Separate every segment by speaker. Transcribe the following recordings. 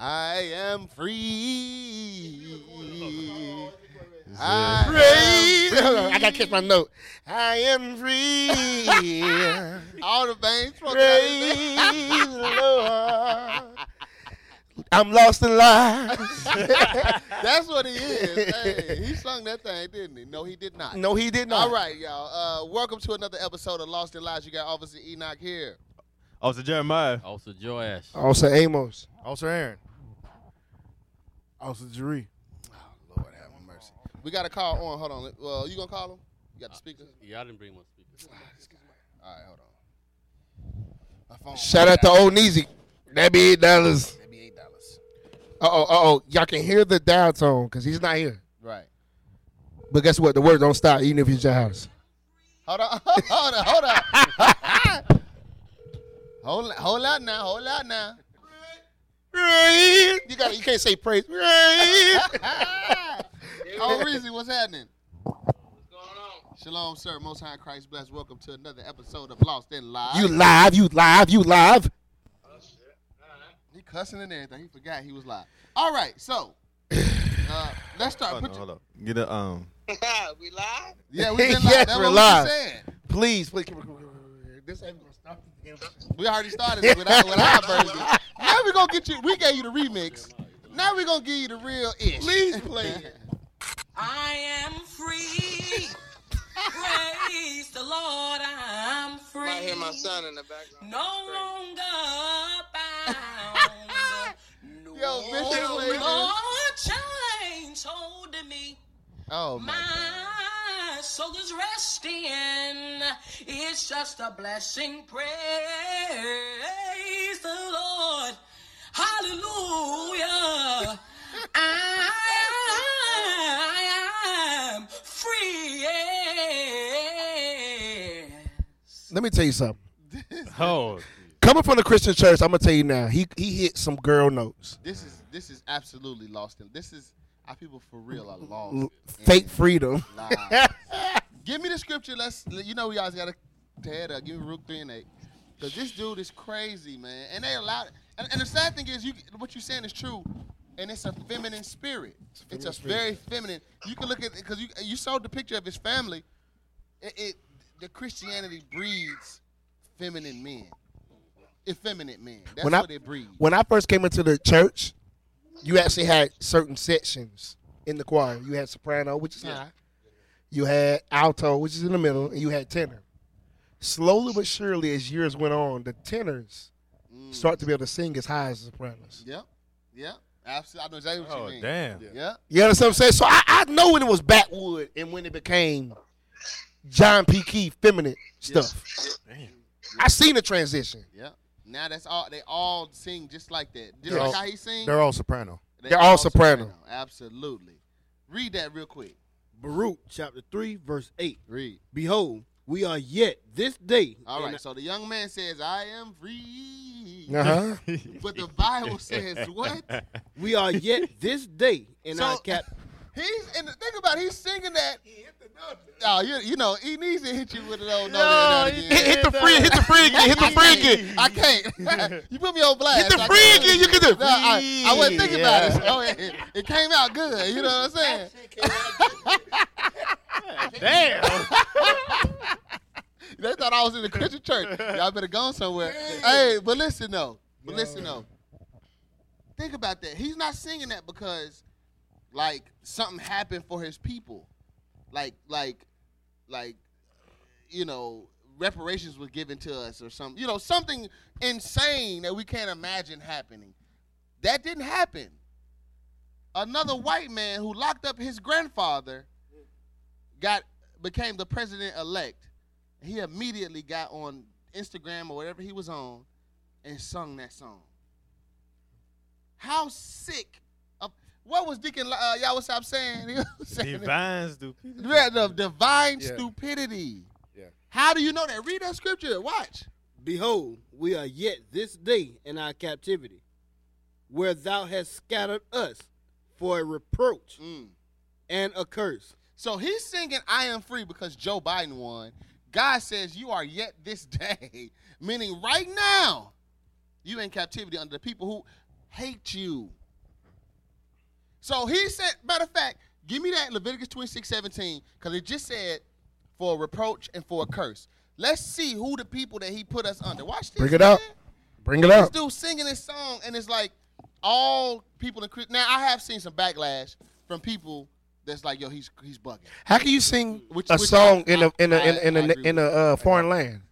Speaker 1: I am free. I
Speaker 2: I
Speaker 1: free. I gotta catch my note. I am free.
Speaker 2: All the veins fucked out.
Speaker 1: Praise the Lord. I'm lost in lies.
Speaker 2: That's what he is. Hey, he sung that thing, didn't he? No, he did not.
Speaker 1: no, he did not.
Speaker 2: All right, y'all. Uh, welcome to another episode of Lost in Lies. You got Officer Enoch here.
Speaker 3: Officer Oh, Jeremiah.
Speaker 4: Also, Joash.
Speaker 1: Also, Amos.
Speaker 5: Officer Aaron. Officer Jeree.
Speaker 2: Oh,
Speaker 1: Lord have mercy.
Speaker 2: We got a call on. Hold on. Well, you gonna call him? You got the speaker? Ah,
Speaker 4: Y'all didn't bring my speaker.
Speaker 2: All right, hold on. My phone.
Speaker 1: Shout out to Old Neezy. That be eight dollars.
Speaker 2: That'd be eight dollars.
Speaker 1: Uh oh, uh oh. Y'all can hear the dial tone because he's not here.
Speaker 2: Right.
Speaker 1: But guess what? The words don't stop even if it's your house.
Speaker 2: Hold on. Hold on. Hold on. hold, hold out now. Hold out now.
Speaker 1: You got. You can't say praise.
Speaker 2: oh, Reezy, what's happening? What's going on? Shalom, sir. Most High in Christ bless. Welcome to another episode of Lost in Live.
Speaker 1: you live. You live. You live.
Speaker 2: He cussing and everything. He forgot he was live. All right, so uh, let's start.
Speaker 3: Hold
Speaker 2: Put
Speaker 3: on,
Speaker 2: your-
Speaker 3: hold on. Get a um.
Speaker 6: we live?
Speaker 2: yeah, we've been live.
Speaker 1: Yes,
Speaker 2: That's
Speaker 1: we're
Speaker 2: what
Speaker 1: live.
Speaker 2: we said.
Speaker 1: Please, please. This ain't gonna stop.
Speaker 2: We already started it with our, with our version. Now we're gonna get you. We gave you the remix. Now we're gonna give you the real ish. Please play it.
Speaker 6: I am free. Praise the Lord, I'm free. I hear my son in the background. No longer bound. no
Speaker 2: Yo, Bishop, play
Speaker 6: more
Speaker 2: this.
Speaker 6: chains holding me.
Speaker 2: Oh my.
Speaker 6: My soul is resting. It's just a blessing. Praise the Lord. Hallelujah. I am free.
Speaker 1: Let me tell you something.
Speaker 4: Oh,
Speaker 1: Coming from the Christian church, I'm gonna tell you now. He he hit some girl notes.
Speaker 2: This is this is absolutely lost. In, this is our people for real are lost.
Speaker 1: L-
Speaker 2: in
Speaker 1: Fake freedom.
Speaker 2: lies. Give me the scripture. Let's. You know, you always gotta tear it up. Give me Rook three and eight. Cause this dude is crazy, man. And they allow it. And, and the sad thing is, you what you're saying is true. And it's a feminine spirit. It's, a very feminine. You can look at because you you saw the picture of his family. It, it the Christianity breeds feminine men, effeminate men. That's
Speaker 1: When I-
Speaker 2: what it breeds.
Speaker 1: When I first came into the church, you actually had certain sections in the choir. You had soprano, which is high. You had alto, which is in the middle, and you had tenor. Slowly but surely, as years went on, the tenors
Speaker 2: Mm.
Speaker 1: start to be able to sing as high as the sopranos.
Speaker 2: Yep. Yep. Absolutely. I know exactly what
Speaker 3: Oh
Speaker 2: you mean.
Speaker 3: damn.
Speaker 2: Yep.
Speaker 1: You understand what I'm saying? So I, I know when it was backwood and when it became John P. Key feminine stuff. I seen the transition.
Speaker 2: Yep. Now that's all. They all sing just like that. Just
Speaker 5: They're
Speaker 2: like
Speaker 5: all-
Speaker 2: how he sings.
Speaker 5: They're all soprano.
Speaker 1: they're all soprano.
Speaker 2: Oh, Absolutely. Read that real quick.
Speaker 7: Baruch chapter 3, verse 8.
Speaker 2: Read.
Speaker 7: Behold, we are yet this day.
Speaker 2: All
Speaker 7: in
Speaker 2: right. So the young man says, "I am free,"
Speaker 1: Uh
Speaker 7: Uh-huh.
Speaker 1: huh.
Speaker 5: Uh-huh.
Speaker 2: but the Bible says what?
Speaker 7: We are yet this day in
Speaker 2: So-
Speaker 7: our cap.
Speaker 2: He's and think about it, he's singing that. Oh, you, you know he needs to hit you with oh, an old note
Speaker 3: No,
Speaker 2: every now and
Speaker 3: he
Speaker 2: again.
Speaker 1: hit, hit the free, hit the free again, hit the free again.
Speaker 2: I can't. you put me on blast.
Speaker 1: Hit the
Speaker 2: I
Speaker 1: free
Speaker 2: can't.
Speaker 1: again, you can do
Speaker 2: No, I, I wasn't thinking about it.
Speaker 1: Yeah.
Speaker 2: So it. It came out good. You know what I'm saying?
Speaker 3: Damn.
Speaker 2: They thought I was in the Christian church. Y'all better go somewhere. Hey, but listen though. But listen though. Think about that. He's not singing that because like something happened for his people. Like like like you know, reparations was given to us or something. You know, something insane that we can't imagine happening. That didn't happen. Another white man who locked up his grandfather got became the president elect he immediately got on Instagram or whatever he was on and sung that song. How sick of what was Deacon uh, Yahweh Sop saying? He was saying
Speaker 3: Divine stupidity.
Speaker 2: Yeah, the divine
Speaker 5: Yeah.
Speaker 2: stupidity.
Speaker 5: Yeah.
Speaker 2: How do you know that? Read that scripture. Watch.
Speaker 7: Behold, we are yet this day in our captivity, where thou hast scattered us for a reproach
Speaker 2: Mm.
Speaker 7: and a curse.
Speaker 2: So he's singing I am free because Joe Biden won. God says you are yet this day, meaning right now, you in captivity under the people who hate you. So he said, matter of fact, give me that Leviticus 26, 17, because it just said for a reproach and for a curse. Let's see who the people that he put us under. Watch this.
Speaker 1: Bring it up.
Speaker 2: man.
Speaker 1: Bring it
Speaker 2: This
Speaker 1: up.
Speaker 2: dude singing this song, and it's like all people in Chris. Now I have seen some backlash from people that's like, "Yo, he's he's bugging."
Speaker 1: How can you sing
Speaker 2: Which-
Speaker 1: a
Speaker 2: which
Speaker 1: song
Speaker 2: I-
Speaker 1: in a in a
Speaker 2: I-
Speaker 1: in a in
Speaker 2: I
Speaker 1: a,
Speaker 2: agree
Speaker 1: in a uh, foreign land?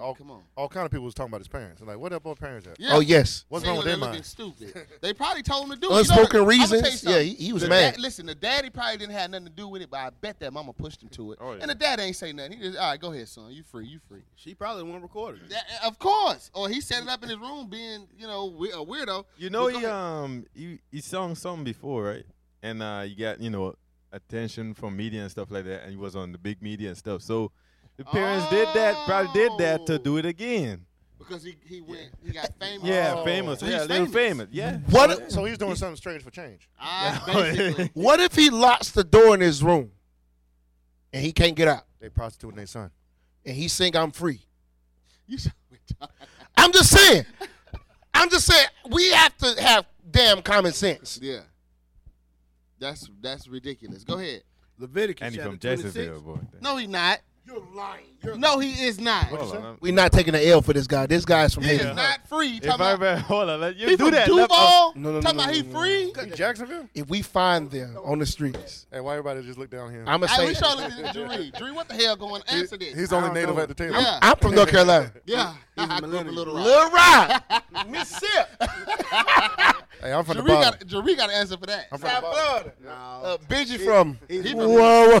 Speaker 5: Oh.
Speaker 2: Come on.
Speaker 5: All kind of people was talking about his parents. Like, what up our parents at?
Speaker 2: Yeah.
Speaker 1: Oh yes,
Speaker 5: What's
Speaker 2: Seeing
Speaker 5: wrong with
Speaker 2: when
Speaker 5: their
Speaker 2: they looking
Speaker 5: mind?
Speaker 2: Stupid. They probably told him to do it. You know
Speaker 1: unspoken
Speaker 2: what? I'ma tell you
Speaker 1: reasons. Yeah,
Speaker 2: something.
Speaker 1: he, he was
Speaker 2: The
Speaker 1: mad.
Speaker 2: dad- listen, the daddy probably didn't have nothing to do with it, but I bet that mama pushed him to it.
Speaker 3: Oh, yeah.
Speaker 2: And the dad ain't say nothing. He just, all right, go ahead, son. You free, you free.
Speaker 7: She probably won't record it.
Speaker 2: That- of course. Or he set it up in his room, being you know we- a weirdo.
Speaker 3: You know
Speaker 2: But go
Speaker 3: he
Speaker 2: ahead.
Speaker 3: um you he sung something before, right? And uh you got, you know, attention from media and stuff like that, and he was on the big media and stuff. So the parents did that, probably did that to
Speaker 2: Oh.
Speaker 3: do it again.
Speaker 2: because he, he went he got famous.
Speaker 3: Yeah,
Speaker 5: Oh.
Speaker 3: famous.
Speaker 2: So
Speaker 3: yeah,
Speaker 2: he's
Speaker 3: they were
Speaker 2: famous.
Speaker 3: famous. Yeah.
Speaker 1: What
Speaker 5: So he's doing something strange for change.
Speaker 2: I
Speaker 3: Yeah.
Speaker 2: Ah, basically.
Speaker 1: what if he locks the door in his room and he can't get out
Speaker 5: They prostituting their son.
Speaker 1: and he sing I'm free?
Speaker 2: you should retire.
Speaker 1: I'm just saying. I'm just saying we have to have damn common sense.
Speaker 2: yeah. That's that's ridiculous. Go ahead.
Speaker 7: Leviticus
Speaker 3: And he's
Speaker 7: chapter
Speaker 3: from
Speaker 7: 26.
Speaker 3: Jacksonville, boy.
Speaker 2: No, he's not.
Speaker 5: You're lying.
Speaker 2: No, he is not.
Speaker 3: Hold
Speaker 5: What you
Speaker 3: on. I'm-
Speaker 1: We're not taking an L for this guy. This guy's from
Speaker 2: He
Speaker 1: Haiti.
Speaker 2: is not free. You
Speaker 3: If
Speaker 2: talking
Speaker 3: I
Speaker 2: about,
Speaker 3: ever, hold on, let you
Speaker 2: he
Speaker 3: do
Speaker 2: from
Speaker 3: that. let- oh,
Speaker 2: Duval?
Speaker 1: No, no, no,
Speaker 2: talking
Speaker 1: no,
Speaker 2: about
Speaker 1: no,
Speaker 2: he
Speaker 1: no, no.
Speaker 2: free?
Speaker 5: Jacksonville?
Speaker 1: If we find them on the streets,
Speaker 5: Hey, why everybody just look down here?
Speaker 1: I'm gonna
Speaker 2: I
Speaker 1: say
Speaker 2: wish y'all listened to Dree. Dree, what the hell going on? Answer this.
Speaker 5: He's
Speaker 7: I
Speaker 5: only
Speaker 7: don't
Speaker 5: native
Speaker 7: know.
Speaker 5: at the table.
Speaker 2: yeah.
Speaker 1: I'm from North Carolina.
Speaker 2: yeah.
Speaker 7: He's a
Speaker 2: I grew up in
Speaker 7: millennial.
Speaker 2: Little Rock.
Speaker 1: Little Rock, Mississippi,
Speaker 5: Hey, I'm from the
Speaker 2: Dree
Speaker 5: bottom.
Speaker 2: got, Dree got to answer for that.
Speaker 5: I'm from the
Speaker 1: South
Speaker 5: bottom.
Speaker 1: Florida.
Speaker 7: No.
Speaker 1: Uh, Benji from.
Speaker 7: He's
Speaker 2: He
Speaker 7: from-
Speaker 2: from-
Speaker 1: Whoa,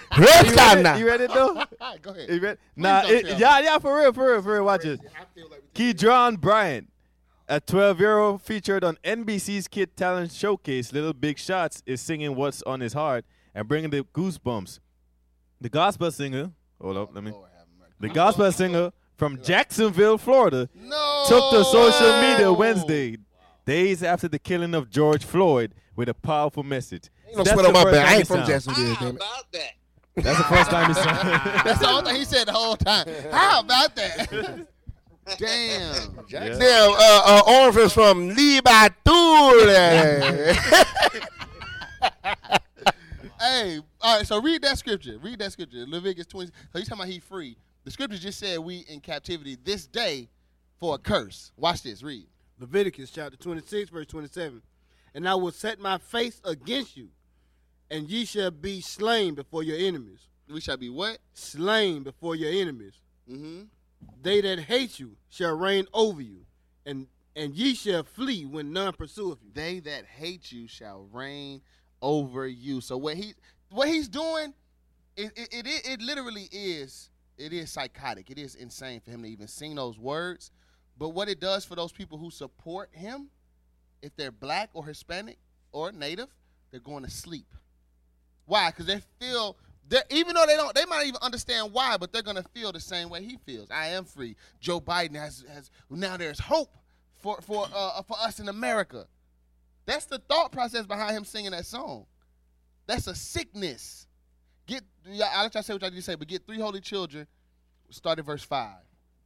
Speaker 3: You ready- You
Speaker 1: Ghana.
Speaker 3: ready though?
Speaker 2: All right, go ahead.
Speaker 3: You ready? Nah,
Speaker 2: don't
Speaker 3: it,
Speaker 2: tell me.
Speaker 3: yeah, yeah, for real, for real, for real. Watch this. Keydron Bryant, a 12 year old featured on NBC's Kid Talent Showcase, Little Big Shots, is singing What's on His Heart and bringing the goosebumps. The gospel singer, hold up, let me. The gospel singer from Jacksonville, Florida,
Speaker 2: No.
Speaker 3: took to social media Wednesday, days after the killing of George Floyd, with a powerful message.
Speaker 1: Don't
Speaker 3: That's
Speaker 1: sweat on
Speaker 3: the
Speaker 1: my
Speaker 3: first
Speaker 1: back. I
Speaker 3: time
Speaker 1: ain't
Speaker 3: he
Speaker 1: from
Speaker 3: sound-
Speaker 1: Jacksonville, damn it.
Speaker 6: about that?
Speaker 3: That's the first time he sang.
Speaker 2: That's the only thing he said the whole time. How about that? Damn.
Speaker 3: Yeah.
Speaker 1: Damn, uh, uh, Orange is from Libature.
Speaker 2: Hey, all right. So read that scripture. Read that scripture. Leviticus 20. So he's talking about he free. The scripture just said we in captivity this day for a curse. Watch this. Read.
Speaker 7: Leviticus chapter 26, verse 27. And I will set my face against you, and ye shall be slain before your enemies.
Speaker 2: We shall be what?
Speaker 7: Slain before your enemies.
Speaker 2: Mm-hmm.
Speaker 7: They that hate you shall reign over you, and, and ye shall flee when none pursueth you.
Speaker 2: They that hate you shall reign over you. So what he what he's doing, it it, it, it it literally is it is psychotic. It is insane for him to even sing those words. But what it does for those people who support him, if they're black or Hispanic or Native, they're going to sleep. Why? Because they feel that even though they don't, they might not even understand why, but they're gonna feel the same way he feels. I am free. Joe Biden has has now. There's hope for for uh, for us in America. That's the thought process behind him singing that song. That's a sickness. Get yeah, I'll let y'all say what y'all need to say, but get three holy children. Start at verse five.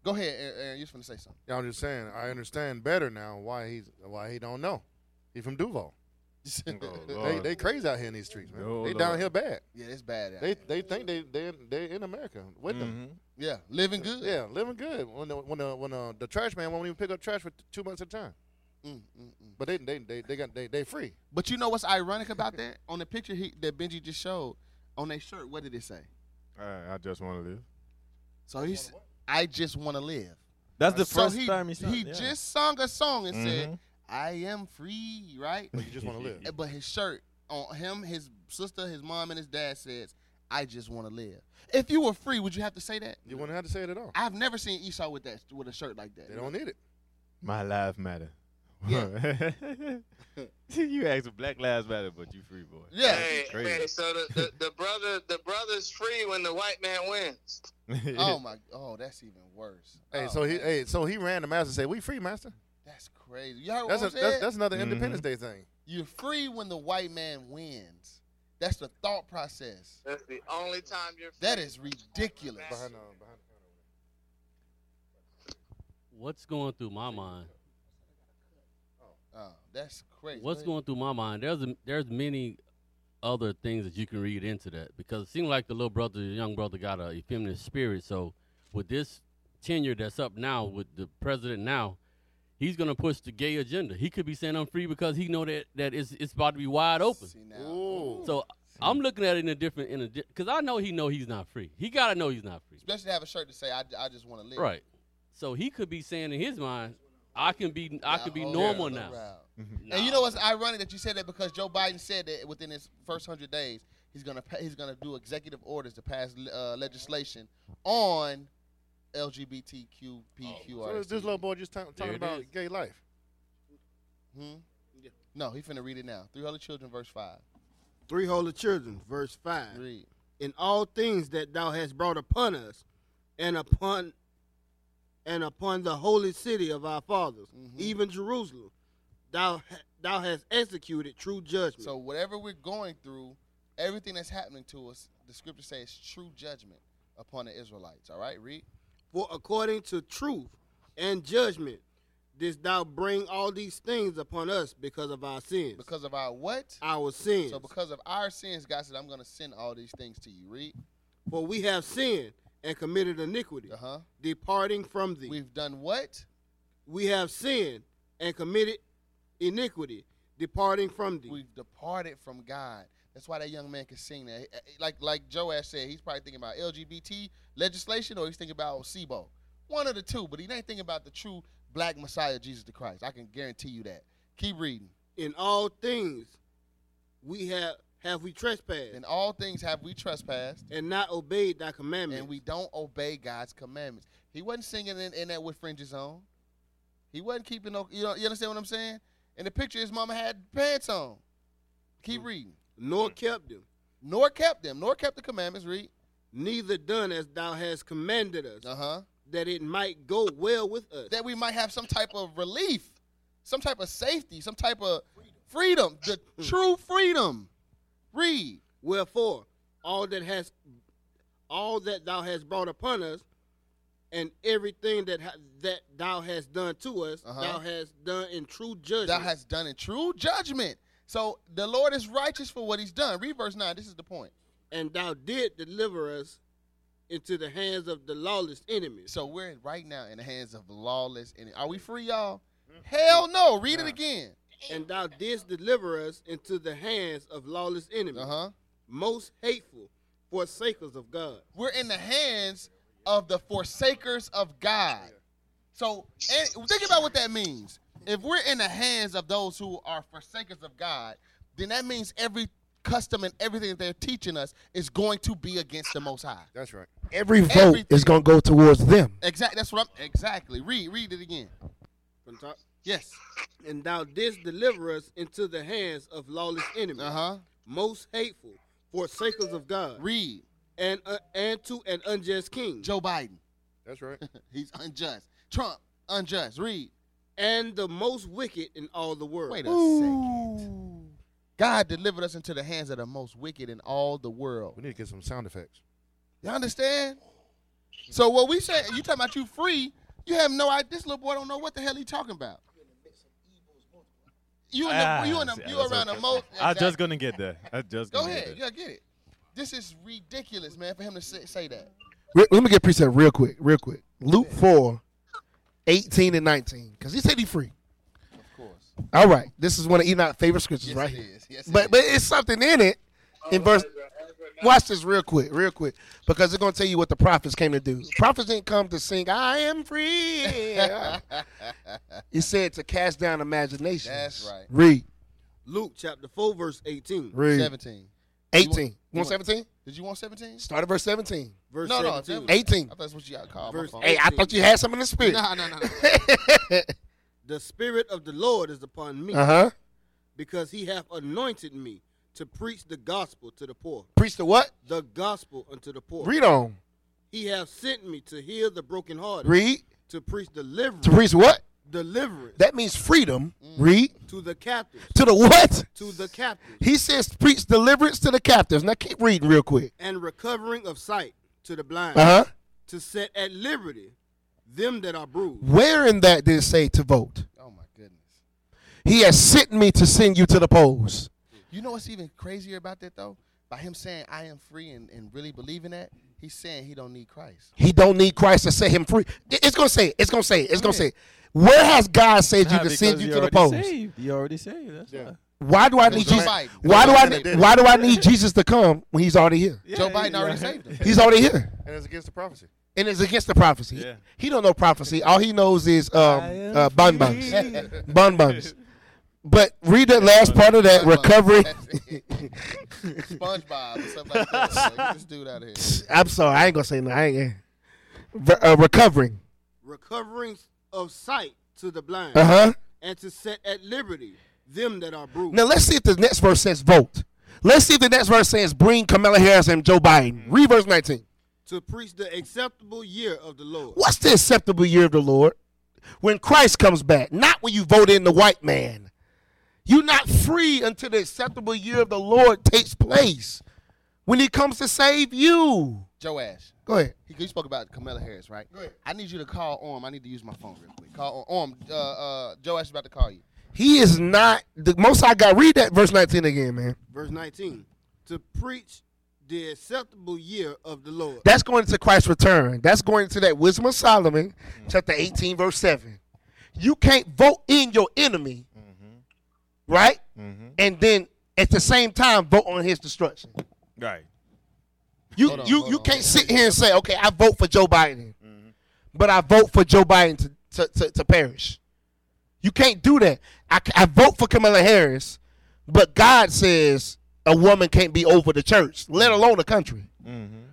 Speaker 2: Go ahead, Aaron. Aaron, You're just gonna say something.
Speaker 5: Yeah, I'm just saying. I understand better now why he's why he don't know. He from Duval. They,
Speaker 3: Lord.
Speaker 5: they crazy out here in these streets, man.
Speaker 3: Oh,
Speaker 5: they
Speaker 3: Lord.
Speaker 5: down here bad.
Speaker 2: Yeah, it's bad. out
Speaker 5: They
Speaker 2: there.
Speaker 5: they think they they they in America with them.
Speaker 3: Mhm.
Speaker 2: yeah, living good.
Speaker 5: Yeah, living good. When the when the when uh, the, the trash man won't even pick up trash for two months at a time.
Speaker 2: Mm, mm, mm.
Speaker 5: But they they they, they got they they free.
Speaker 2: But you know what's ironic about that? On the picture he, that Benji just showed on their shirt, what did it say?
Speaker 3: Alright, I just want to live.
Speaker 2: So he's, I just want to live.
Speaker 3: That's the
Speaker 2: so
Speaker 3: first
Speaker 2: he,
Speaker 3: time he sang.
Speaker 2: he
Speaker 3: yeah.
Speaker 2: just sung a song and said,
Speaker 3: Mhm.
Speaker 2: "I am free," right?
Speaker 5: But you just want to live.
Speaker 2: but his shirt on him, his sister, his mom, and his dad says, "I just want to live." If you were free, would you have to say that?
Speaker 5: You wouldn't have to say it at all.
Speaker 2: I've never seen Esau with that with a shirt like that.
Speaker 5: They don't need it.
Speaker 3: My life matter. you asked for Black Lives Matter, but you free boy.
Speaker 2: Yeah.
Speaker 6: Hey,
Speaker 3: That's
Speaker 6: man, so the, the, the brother the brother's free when the white man wins.
Speaker 3: crazy.
Speaker 2: Oh my. Oh, that's even worse.
Speaker 5: Hey,
Speaker 2: Oh,
Speaker 5: so he
Speaker 2: man,
Speaker 5: hey, so he ran the master and said, "We free, master."
Speaker 2: That's crazy. You heard
Speaker 5: That's
Speaker 2: what I'm
Speaker 5: a, that's,
Speaker 2: saying?
Speaker 5: that's another
Speaker 4: Mm-hmm.
Speaker 3: Mhm.
Speaker 5: Independence Day thing.
Speaker 2: You're free when the white man wins. That's the thought process.
Speaker 6: That's the only time you're free.
Speaker 2: That is ridiculous.
Speaker 5: Behind uh, the, behind the counter.
Speaker 4: What's going through my mind?
Speaker 2: Oh, that's crazy.
Speaker 4: What's going through my mind? There's a, there's many other things that you can read into that because it seemed like the little brother, the young brother, got a effeminate spirit. So with this tenure that's up now with the president now, he's gonna push the gay agenda. He could be saying I'm free because he know that that it's it's about to be wide open.
Speaker 2: See now.
Speaker 5: Ooh.
Speaker 4: So I'm looking at it in a different in a because I know he know he's not free. He gotta know he's not free.
Speaker 2: Especially to have a shirt to say, I, I just want to live.
Speaker 4: Right. So he could be saying in his mind, I can be I can be
Speaker 2: Oh,
Speaker 4: normal
Speaker 2: yeah.
Speaker 4: now.
Speaker 5: Mm-hmm.
Speaker 2: And you know what's ironic that you said that because Joe Biden said that within his first hundred days he's gonna pa- he's gonna do executive orders to pass uh, legislation on LGBTQ
Speaker 5: Oh, So this, this little boy just ta-
Speaker 4: There
Speaker 5: talking
Speaker 4: it
Speaker 5: about
Speaker 4: is.
Speaker 5: gay life.
Speaker 2: Hmm? No, he finna read it now. Three holy children, verse five.
Speaker 7: Three holy children, verse 5.
Speaker 2: Read.
Speaker 7: in all things that thou hast brought upon us and upon and upon the holy city of our fathers
Speaker 2: Mhm.
Speaker 7: even jerusalem thou ha- thou hast executed true judgment
Speaker 2: So whatever we're going through, everything that's happening to us, the scripture says true judgment upon the Israelites. All right, read.
Speaker 7: for according to truth and judgment didst thou bring all these things upon us because of our sins
Speaker 2: Because of our what?
Speaker 7: our sins
Speaker 2: So because of our sins, God said, I'm gonna send all these things to you. Read.
Speaker 7: for we have sinned and committed iniquity
Speaker 2: Uh huh.
Speaker 7: departing from thee
Speaker 2: We've done what?
Speaker 7: we have sinned and committed iniquity departing from thee
Speaker 2: We've departed from God. That's why that young man can sing that. Eh, eh, Like like Joe Ash said, he's probably thinking about LGBT legislation or he's thinking about SIBO. One of the two, but he ain't thinking about the true black Messiah, Jesus the Christ. I can guarantee you that. Keep reading.
Speaker 7: in all things we have have we trespassed
Speaker 2: In all things have we trespassed,
Speaker 7: and not obeyed thy commandments.
Speaker 2: and we don't obey God's commandments. He wasn't singing in, in that with fringes on. He wasn't keeping no. You know, you understand what I'm saying? In the picture, his mama had pants on. Keep reading.
Speaker 7: Mm. nor kept them,
Speaker 2: Nor kept them. Nor kept the commandments. Read.
Speaker 7: neither done as thou hast commanded us,
Speaker 2: Uh huh.
Speaker 7: that it might go well with us.
Speaker 2: that we might have some type of relief, some type of safety, some type of freedom, the
Speaker 7: Mm.
Speaker 2: true freedom. Read.
Speaker 7: Wherefore, all that has all that thou hast brought upon us, and everything that ha- that thou hast done to us,
Speaker 2: Uh-huh.
Speaker 7: thou hast done in true judgment.
Speaker 2: Thou hast done in true judgment. So the Lord is righteous for what he's done. Read verse 9. This is the point.
Speaker 7: and thou did deliver us into the hands of the lawless enemies.
Speaker 2: So we're right now in the hands of lawless. And are we free, y'all? Hell no. Read it again.
Speaker 7: And thou didst deliver us into the hands of lawless enemies,
Speaker 2: Uh huh.
Speaker 7: most hateful, forsakers of God.
Speaker 2: We're in the hands of the forsakers of God. So and think about what that means. If we're in the hands of those who are forsakers of God, then that means every custom and everything that they're teaching us is going to be against the Most High.
Speaker 5: That's right.
Speaker 1: Every vote
Speaker 2: Everything.
Speaker 1: is gonna go towards them.
Speaker 2: Exactly. That's what I'm. Exactly. Read. Read it again.
Speaker 7: From top.
Speaker 2: Yes.
Speaker 7: And thou didst deliver us into the hands of lawless enemies,
Speaker 2: Uh huh.
Speaker 7: most hateful, forsakers of God,
Speaker 2: Read.
Speaker 7: and uh, and to an unjust king,
Speaker 2: Joe Biden.
Speaker 5: That's right.
Speaker 2: He's unjust. Trump. Unjust. Read.
Speaker 7: and the most wicked in all the world.
Speaker 2: Wait a second. God delivered us into the hands of the most wicked in all the world.
Speaker 5: We need to get some sound effects.
Speaker 2: You understand? So what we say, you talking about you free? You have no idea. This little boy don't know what the hell he talking about. You in the,
Speaker 3: Ah,
Speaker 2: you in the,
Speaker 3: see,
Speaker 2: you
Speaker 3: that's
Speaker 2: around the
Speaker 3: okay.
Speaker 2: most.
Speaker 3: I was just gonna get there. I just
Speaker 2: go
Speaker 3: gonna
Speaker 2: ahead.
Speaker 3: Get
Speaker 2: Yeah, get it. This is ridiculous, man, for him to say, say that.
Speaker 1: Re- let me get preset real quick, real quick. Luke 4, 18 and 19. Because he said he free.
Speaker 2: Of course.
Speaker 1: All right. This is one of Enoch's favorite scriptures
Speaker 2: Yes,
Speaker 1: right
Speaker 2: it
Speaker 1: here.
Speaker 2: is. Yes, it
Speaker 1: but
Speaker 2: is. Oh,
Speaker 1: but it's something in it. In verse Watch this real quick, real quick. Because it's gonna tell you what the prophets came to do. Prophets didn't come to sing, I am free. it said to cast down imaginations.
Speaker 2: That's right.
Speaker 1: Read.
Speaker 7: Luke chapter four verse eighteen,
Speaker 1: Read.
Speaker 2: Seventeen. You want-
Speaker 1: Eighteen.
Speaker 2: you
Speaker 1: You
Speaker 2: want-
Speaker 1: want seventeen?
Speaker 2: Did you want seventeen?
Speaker 1: Start at verse seventeen.
Speaker 7: verse
Speaker 2: No, no,
Speaker 7: seventeen.
Speaker 2: that was-
Speaker 1: Eighteen.
Speaker 2: I thought that's what you got called.
Speaker 7: Verse
Speaker 2: Verse
Speaker 1: Hey, I thought you had something in the spirit.
Speaker 2: Nah, nah, nah. nah.
Speaker 7: The spirit of the Lord is upon me,
Speaker 1: Uh huh.
Speaker 7: because he hath anointed me to preach the gospel to the poor,
Speaker 1: Preach the what?
Speaker 7: the gospel unto the poor.
Speaker 1: Read on.
Speaker 7: He hath sent me to heal the brokenhearted,
Speaker 1: Read.
Speaker 7: to preach deliverance,
Speaker 1: To preach what?
Speaker 7: deliverance
Speaker 1: That means freedom.
Speaker 2: Mm.
Speaker 1: Read.
Speaker 7: to the captives,
Speaker 1: To the what?
Speaker 7: to the captives,
Speaker 1: He says, preach deliverance to the captives. Now keep reading real quick.
Speaker 7: and recovering of sight to the blind,
Speaker 1: Uh huh.
Speaker 7: to set at liberty them that are bruised.
Speaker 1: Where in that did it say to vote?
Speaker 2: Oh my goodness.
Speaker 1: He has sent me to send you to the polls.
Speaker 2: You know what's even crazier about that though? By him saying I am free and, and really believing that, he's saying he don't need Christ.
Speaker 1: He don't need Christ to set him free. It- It's gonna say. It. It's gonna say. it. It's gonna say. it. Where has God said you to send you to the polls?
Speaker 3: You already saved. That's yeah.
Speaker 1: Why do I need
Speaker 2: Joe
Speaker 1: Jesus?
Speaker 2: Biden.
Speaker 1: Why do I?
Speaker 5: Joe Biden
Speaker 1: Need,
Speaker 5: did it.
Speaker 1: why do I need Jesus to come when He's already here?
Speaker 2: Joe Biden already saved him.
Speaker 1: He's already here,
Speaker 5: And it's against the prophecy.
Speaker 1: and it's against the prophecy.
Speaker 3: Yeah.
Speaker 1: He don't know prophecy. All he knows is um,
Speaker 3: am
Speaker 1: uh, bun buns,
Speaker 3: free.
Speaker 1: bun buns. But read the last part of that recovery.
Speaker 2: SpongeBob or something like that. So get this dude out of here.
Speaker 1: I'm sorry, I ain't gonna say no. I ain't. Re- uh, recovering.
Speaker 7: Recovering of sight to the blind,
Speaker 1: Uh huh.
Speaker 7: and to set at liberty them that are bruised.
Speaker 1: Now let's see if the next verse says vote. Let's see if the next verse says bring Kamala Harris and Joe Biden. Read verse 19.
Speaker 7: to preach the acceptable year of the Lord.
Speaker 1: What's the acceptable year of the Lord? When Christ comes back, not when you vote in the white man. You're not free until the acceptable year of the Lord takes place. When he comes to save you.
Speaker 2: Joe Ash.
Speaker 1: Go ahead.
Speaker 2: He, you spoke about Camilla Harris, right? I need you to call Orm. I need to use my phone real quick. Call Orm. Orm, uh, uh, Joe Ash is about to call you.
Speaker 1: He is not the most I got. Read that verse 19 again, man.
Speaker 7: Verse 19. To preach the acceptable year of the Lord.
Speaker 1: That's going to Christ's return. That's going to that Wisdom of Solomon,
Speaker 2: Mm-hmm.
Speaker 1: chapter 18, verse 7. You can't vote in your enemy,
Speaker 2: Mm-hmm.
Speaker 1: right?
Speaker 3: Mm-hmm.
Speaker 1: And then at the same time vote on his destruction.
Speaker 3: Right.
Speaker 1: You
Speaker 2: Hold on,
Speaker 1: you
Speaker 2: hold
Speaker 1: you
Speaker 2: on. Mm-hmm.
Speaker 1: can't sit here and say, okay, I vote for Joe Biden, but I vote for Joe Biden to to, to, to perish. You can't do that. I, c- I vote for Kamala Harris, but God says a woman can't be over the church, let alone the country.
Speaker 3: Mm-hmm.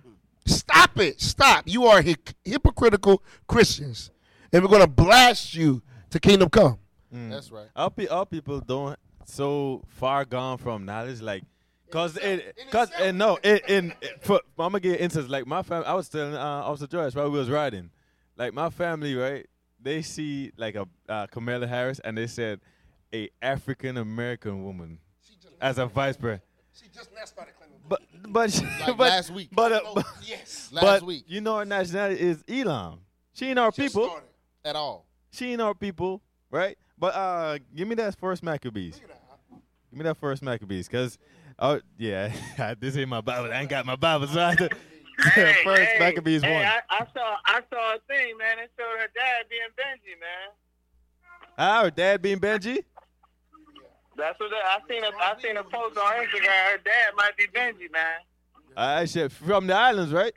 Speaker 1: Stop it! Stop. You are hy- hypocritical Christians, and we're gonna blast you to kingdom come.
Speaker 2: That's right.
Speaker 3: Our, pe- our people don't so far gone from knowledge, like, cause it, cause and no, it, in for I'm gonna get instance. Like my family, I was telling uh, Officer George while we was riding, like my family, right? They see like a uh, Kamala Harris, and they said a African American woman as a vice president.
Speaker 1: She just now started claiming.
Speaker 3: But but
Speaker 2: Like
Speaker 3: but
Speaker 2: last week.
Speaker 3: But, uh, but
Speaker 1: Yes.
Speaker 2: Last
Speaker 3: but
Speaker 2: week.
Speaker 3: you know her nationality is Elam. She ain't our people.
Speaker 2: At all.
Speaker 3: She ain't our people, right? But uh, give me that first Maccabees. Give me that first Maccabees, cause oh yeah, this ain't my Bible. I ain't got my Bible, so I had to. first Maccabees
Speaker 8: hey,
Speaker 3: one.
Speaker 8: I, I saw I saw a thing, man. It showed her dad being Benji, man.
Speaker 3: Our dad being Benji.
Speaker 8: That's what I I seen. A, I seen a post on Instagram. Her dad might be Benji, man.
Speaker 3: I Uh, shit from the islands, right?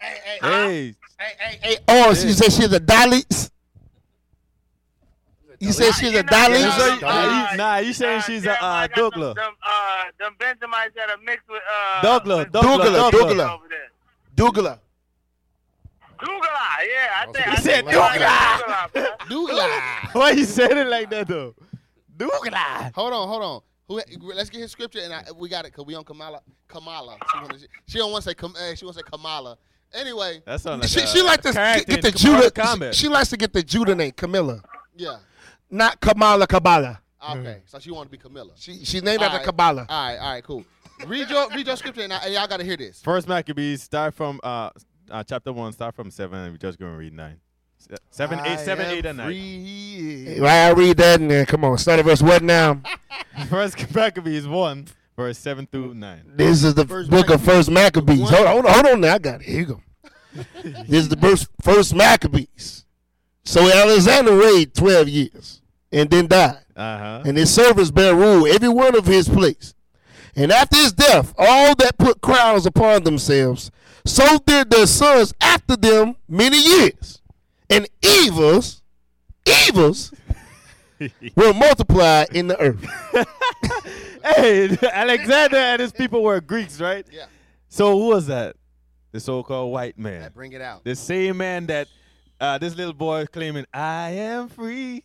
Speaker 3: hey,
Speaker 1: Hey, oh, she said she's a Dalit. You said she's a
Speaker 8: You know,
Speaker 3: you
Speaker 8: uh,
Speaker 3: say-
Speaker 1: Dalit.
Speaker 3: nah, you- nah, you saying she's a,
Speaker 8: Jeremiah
Speaker 3: uh,
Speaker 8: got them-
Speaker 3: Douglas.
Speaker 8: Them, uh, them Benjamites that are mixed with uh,
Speaker 3: Douglas,
Speaker 8: with
Speaker 3: Douglas,
Speaker 1: Douglas,
Speaker 3: Douglas.
Speaker 8: over there.
Speaker 1: Dougla.
Speaker 8: Douglas, yeah, I think I
Speaker 3: He said
Speaker 8: think somebody
Speaker 3: Douglas.
Speaker 8: got Douglas, man.
Speaker 2: Douglas.
Speaker 3: Why you saying it like that though? Douglas.
Speaker 2: Hold on, hold on. Who, let's get his scripture, and I, we got it because we on Kamala. Kamala. She, wanna, she don't want to say Kam, uh, she want to say Kamala. Anyway,
Speaker 3: That sounds like
Speaker 1: She,
Speaker 3: a
Speaker 1: she
Speaker 2: Uh,
Speaker 1: like to get,
Speaker 3: character
Speaker 1: get the
Speaker 3: in Mortal
Speaker 1: Judah.
Speaker 3: Kombat.
Speaker 1: She, she likes to get the Judah name Camilla,
Speaker 2: yeah.
Speaker 1: not Kamala Kabbalah.
Speaker 2: Okay, so she want to be Camilla.
Speaker 1: She she named after
Speaker 2: Alright.
Speaker 1: Kabbalah.
Speaker 2: All right, all right, cool. Read your read your scripture, and, I, and y'all got to hear this.
Speaker 3: First Maccabees, start from uh, uh chapter one, start from seven, and we're just gonna read nine. Se- Seven, eight, seven, eight, and nine.
Speaker 2: Free.
Speaker 1: Right, I read that and then come on, start at verse what now?
Speaker 3: First Maccabees one, verse seven through nine.
Speaker 1: This is the
Speaker 7: First
Speaker 1: book of
Speaker 7: Maccabees.
Speaker 1: First Maccabees. Hold on, hold on, hold on now. I got it. Here you go. this is the first, first Maccabees. So Alexander reigned twelve years and then died.
Speaker 3: Uh huh.
Speaker 1: and his servants bear rule every one of his place. And after his death, all that put crowns upon themselves, so did their sons after them many years. And evils, evils were multiplied in the earth.
Speaker 3: Hey, Alexander and his people were Greeks, right?
Speaker 2: Yeah.
Speaker 3: So who was that? The so-called white man,
Speaker 2: Bring it out.
Speaker 3: the same man that uh, this little boy is claiming, "I am free."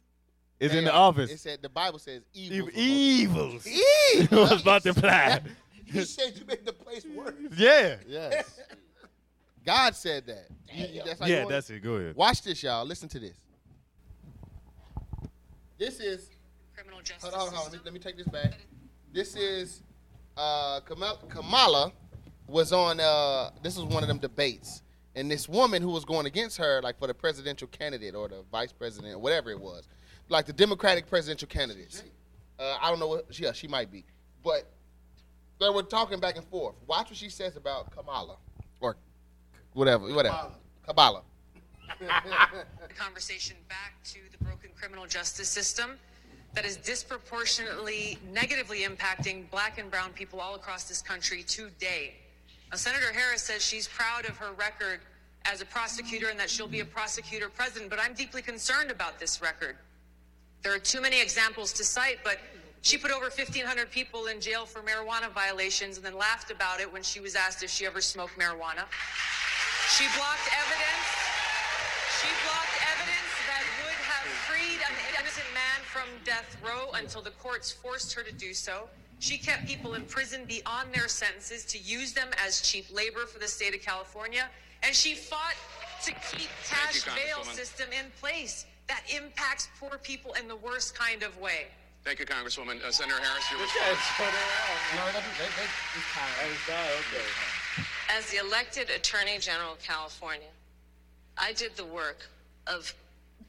Speaker 3: is in the
Speaker 2: Damn, It
Speaker 3: office.
Speaker 2: said the Bible says evil.
Speaker 3: Ev- Evils.
Speaker 2: Evil.
Speaker 3: was about to fly.
Speaker 2: He said you made the place worse.
Speaker 3: Yeah.
Speaker 2: Yes. God said that. You- you- that's how you
Speaker 3: Yeah,
Speaker 2: want it.
Speaker 3: that's it. Go ahead.
Speaker 2: Watch this, y'all. Listen to this. This is.
Speaker 9: Criminal
Speaker 2: Hold
Speaker 9: justice
Speaker 2: on, hold on. Let me,
Speaker 9: system.
Speaker 2: let me take this back. This is. Uh, Kamala, Kamala was on. Uh, this was one of them debates, and this woman who was going against her, like for the presidential candidate or the vice president or whatever it was, like the Democratic presidential candidates. Uh, I don't know what. Yeah, she might be, but they were talking back and forth. Watch what she says about Kamala, or whatever, whatever. Kamala.
Speaker 9: the conversation back to the broken criminal justice system that is disproportionately negatively impacting black and brown people all across this country today. Now, Senator Harris says she's proud of her record as a prosecutor and that she'll be a prosecutor president, but I'm deeply concerned about this record. There are too many examples to cite, but she put over 1,500 people in jail for marijuana violations and then laughed about it when she was asked if she ever smoked marijuana. She blocked evidence. She blocked evidence that would have freed an innocent man from death row until the courts forced her to do so. She kept people in prison beyond their sentences to use them as cheap labor for the state of California. And she fought to keep cash
Speaker 10: Thank you,
Speaker 9: bail
Speaker 10: Congresswoman.
Speaker 9: system in place that impacts poor people in the worst kind of way.
Speaker 10: Thank you, Congresswoman. Uh, Senator Harris, your response.
Speaker 9: As the elected Attorney General of California, I did the work of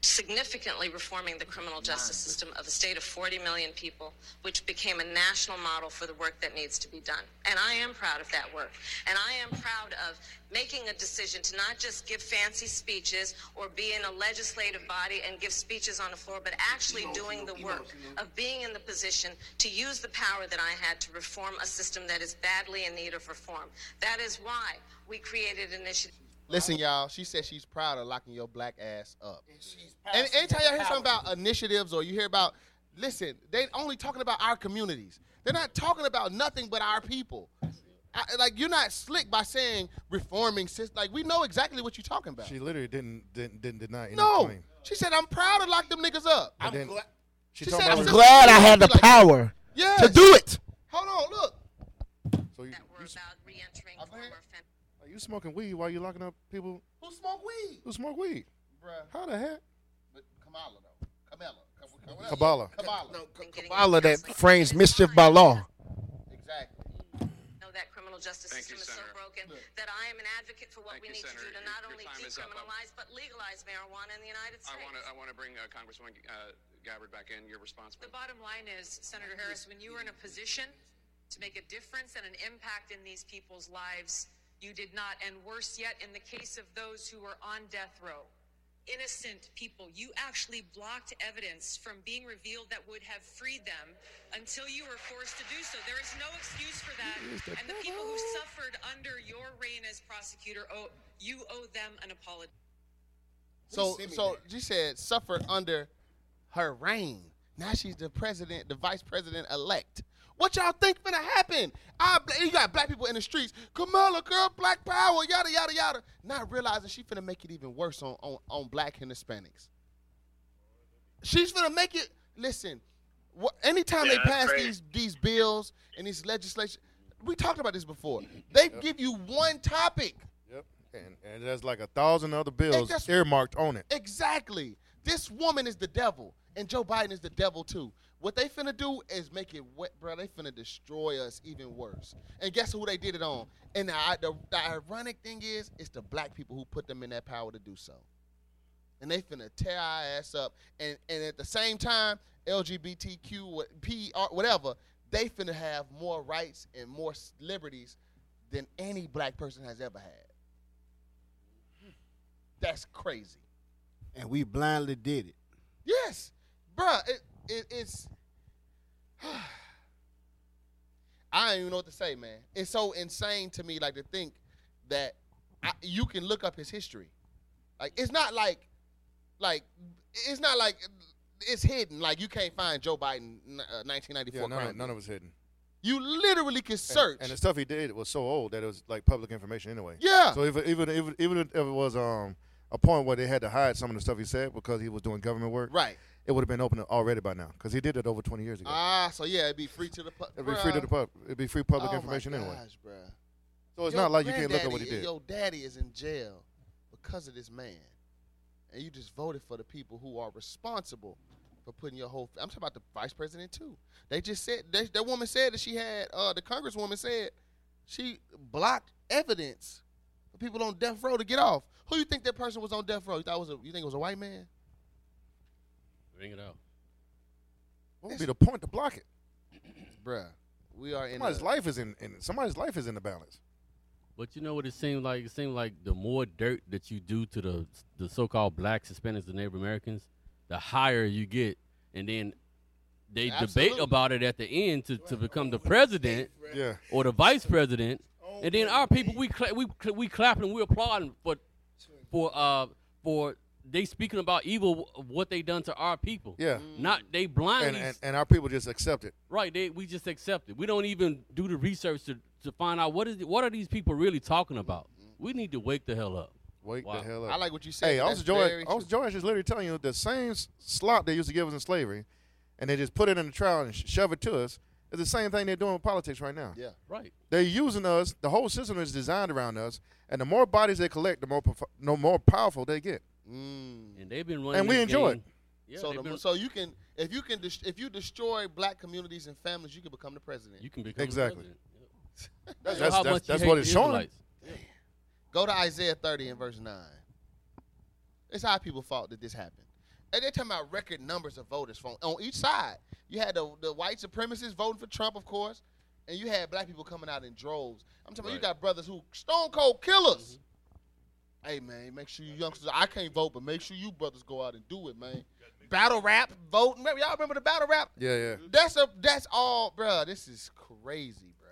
Speaker 9: significantly reforming the criminal justice system of a state of 40 million people, which became a national model for the work that needs to be done. And I am proud of that work. And I am proud of making a decision to not just give fancy speeches or be in a legislative body and give speeches on the floor, but actually doing the work of being in the position to use the power that I had to reform a system that is badly in need of reform. That is why we created an initiative.
Speaker 2: Listen, y'all. She said she's proud of locking your black ass up. And anytime y'all hear something about initiatives or you hear about, listen, they only talking about our communities. They're not talking about nothing but our people. I, like you're not slick by saying reforming system. Like we know exactly what you're talking about.
Speaker 5: She literally didn't didn't, didn't deny any
Speaker 2: no,
Speaker 5: claim.
Speaker 2: she said I'm proud to lock them niggas up.
Speaker 5: And then she,
Speaker 2: She
Speaker 5: told me
Speaker 2: said
Speaker 5: I
Speaker 1: I'm
Speaker 5: was-
Speaker 2: it's-
Speaker 1: glad I had the power
Speaker 2: Yeah.
Speaker 1: to do it.
Speaker 2: Hold on, look.
Speaker 5: so you,
Speaker 9: that were
Speaker 5: you,
Speaker 9: about re-entering
Speaker 2: I've heard-
Speaker 9: former offenders.
Speaker 5: you smoking weed while you locking up people
Speaker 2: Who smoke weed,
Speaker 5: who smoke weed?
Speaker 2: bruh?
Speaker 5: How the heck?
Speaker 2: But Kamala though. Kamala. Kam- whatever.
Speaker 5: Kabbalah.
Speaker 2: Kamala.
Speaker 9: and getting
Speaker 1: Kamala
Speaker 9: into
Speaker 1: that
Speaker 9: counseling.
Speaker 1: frames
Speaker 9: It is
Speaker 1: mischief
Speaker 9: time
Speaker 1: by law.
Speaker 2: Exactly.
Speaker 9: to Know that criminal justice
Speaker 10: Thank
Speaker 9: system is
Speaker 10: you,
Speaker 9: so
Speaker 10: Senator.
Speaker 9: broken that I am an advocate for what we
Speaker 10: Thank you,
Speaker 9: need to do to
Speaker 10: Senator. Your-
Speaker 9: not
Speaker 10: your
Speaker 9: only
Speaker 10: time is up. I'm-
Speaker 9: decriminalize but legalize marijuana in the United
Speaker 10: I
Speaker 9: States.
Speaker 10: want to uh, I want to bring uh, Congresswoman uh, Gabbard back in. Your response,
Speaker 9: The
Speaker 10: please.
Speaker 9: bottom line is, Senator Harris, when you were in a position to make a difference and an impact in these people's lives, you did not. And worse yet, in the case of those who were on death row, innocent people, you actually blocked evidence from being revealed that would have freed them until you were forced to do so. There is no excuse for that. And the people who suffered under your reign as prosecutor, oh, you owe them an apology.
Speaker 2: So so she said suffered under her reign. Now she's the president, the vice president elect. What y'all think gonna happen? I bla- you got black people in the streets. Kamala, girl, black power, yada yada yada. Not realizing she finna make it even worse on on, on black and Hispanics. She's finna make it. Listen, what, anytime
Speaker 8: Yeah,
Speaker 2: they
Speaker 8: that's
Speaker 2: pass
Speaker 8: crazy.
Speaker 2: these these bills and these legislation, we talked about this before. They give you one topic.
Speaker 5: Yep. And, and there's like a thousand other bills
Speaker 2: guess-
Speaker 5: earmarked on it.
Speaker 2: Exactly. This woman is the devil, and Joe Biden is the devil too. What they finna do is make it wet, bro. They finna destroy us even worse. And guess who they did it on? And the, the, the ironic thing is, it's the black people who put them in that power to do so. And they finna tear our ass up. And and at the same time, LGBTQ, what- PR, whatever, they finna have more rights and more s- liberties than any black person has ever had. That's crazy.
Speaker 7: And we blindly did it.
Speaker 2: Yes, bruh, it, it, it's. I don't even know what to say, man. It's so insane to me, like to think that I, you can look up his history. Like it's not like, like it's not like it's hidden. Like you can't find Joe Biden uh, 1994
Speaker 5: Yeah, none, of-
Speaker 2: crime.
Speaker 5: none of it's hidden.
Speaker 2: You literally can search.
Speaker 5: And the stuff he did was so old that it was like public information anyway.
Speaker 2: yeah,
Speaker 5: So if, even even even if it was um a point where they had to hide some of the stuff he said because he was doing government work,
Speaker 2: right.
Speaker 5: it would have been open already by now because he did it over 20 years ago.
Speaker 2: Ah, so yeah, it'd be free to the Oh public.
Speaker 5: It'd be free to the pub. It'd be free public information anyway. So it's not like you can't look at what he did.
Speaker 2: Your daddy is in jail because of this man, and you just voted for the people who are responsible for putting your whole. I'm talking about the vice president too. They just said they, that woman said that she had uh, the congresswoman said she blocked evidence for people on death row to get off. Who you think that person was on death row? You thought it was a, you think it was a white man?
Speaker 4: Bring it out.
Speaker 5: What would be the point to block it?
Speaker 2: Bruh, we are in.
Speaker 5: Somebody's
Speaker 2: a-
Speaker 5: life is in, in somebody's life is in the balance.
Speaker 4: But you know what it seemed like? It seemed like the more dirt that you do to the the so-called blacks, Hispanics, and Native Americans, the higher you get, and then they debate
Speaker 5: Absolutely.
Speaker 4: about it at the end to, to become the president
Speaker 5: Yeah.
Speaker 4: or the vice president, and then our people we cla- we cla- we clapping, we applauding for for uh for they speaking about evil of what they done to our people.
Speaker 5: Yeah.
Speaker 4: not they blindly
Speaker 5: And, and and our people just accept it.
Speaker 4: Right, they, we just accept it. We don't even do the research to, to find out what is what are these people really talking about. We need to wake the hell up.
Speaker 5: Wake
Speaker 4: Wow.
Speaker 5: the hell up.
Speaker 2: I like what you said.
Speaker 5: Hey,
Speaker 2: That's
Speaker 5: Officer George,
Speaker 2: very true.
Speaker 5: Officer George is literally telling you the same s- slop they used to give us in slavery, and they just put it in the trial and sh- shove it to us. It's the same thing they're doing with politics right now.
Speaker 2: Yeah.
Speaker 4: Right.
Speaker 5: They're using us. The whole system is designed around us, and the more bodies they collect, the more prof- no more powerful they get.
Speaker 4: And they've been running.
Speaker 5: Mm. And we
Speaker 4: this
Speaker 5: enjoy
Speaker 4: game-
Speaker 5: it.
Speaker 4: Yeah,
Speaker 2: so,
Speaker 4: they've
Speaker 2: the,
Speaker 4: been-
Speaker 2: so you can, if you can, dis- if you destroy black communities and families, you can become the president.
Speaker 4: you can become the
Speaker 5: Exactly.
Speaker 4: president.
Speaker 5: That's,
Speaker 4: Show how
Speaker 5: that's, that's,
Speaker 4: much you
Speaker 5: that's
Speaker 4: hate
Speaker 5: what
Speaker 4: the
Speaker 5: it's showing.
Speaker 4: Israelites.
Speaker 2: Go to Isaiah 30 and verse 9. It's our people fault that this happened. And they're talking about record numbers of voters from on each side. You had the, the white supremacists voting for Trump, of course, and you had black people coming out in droves. I'm talking about you
Speaker 4: Right.
Speaker 2: got brothers who stone cold killers.
Speaker 5: Mm-hmm.
Speaker 2: Hey man, make sure you youngsters. I can't vote, but make sure you brothers go out and do it, man. Battle rap, vote. Remember, y'all remember the battle rap?
Speaker 5: Yeah, yeah.
Speaker 2: Mm-hmm. That's a that's all, bruh. This is crazy, bruh.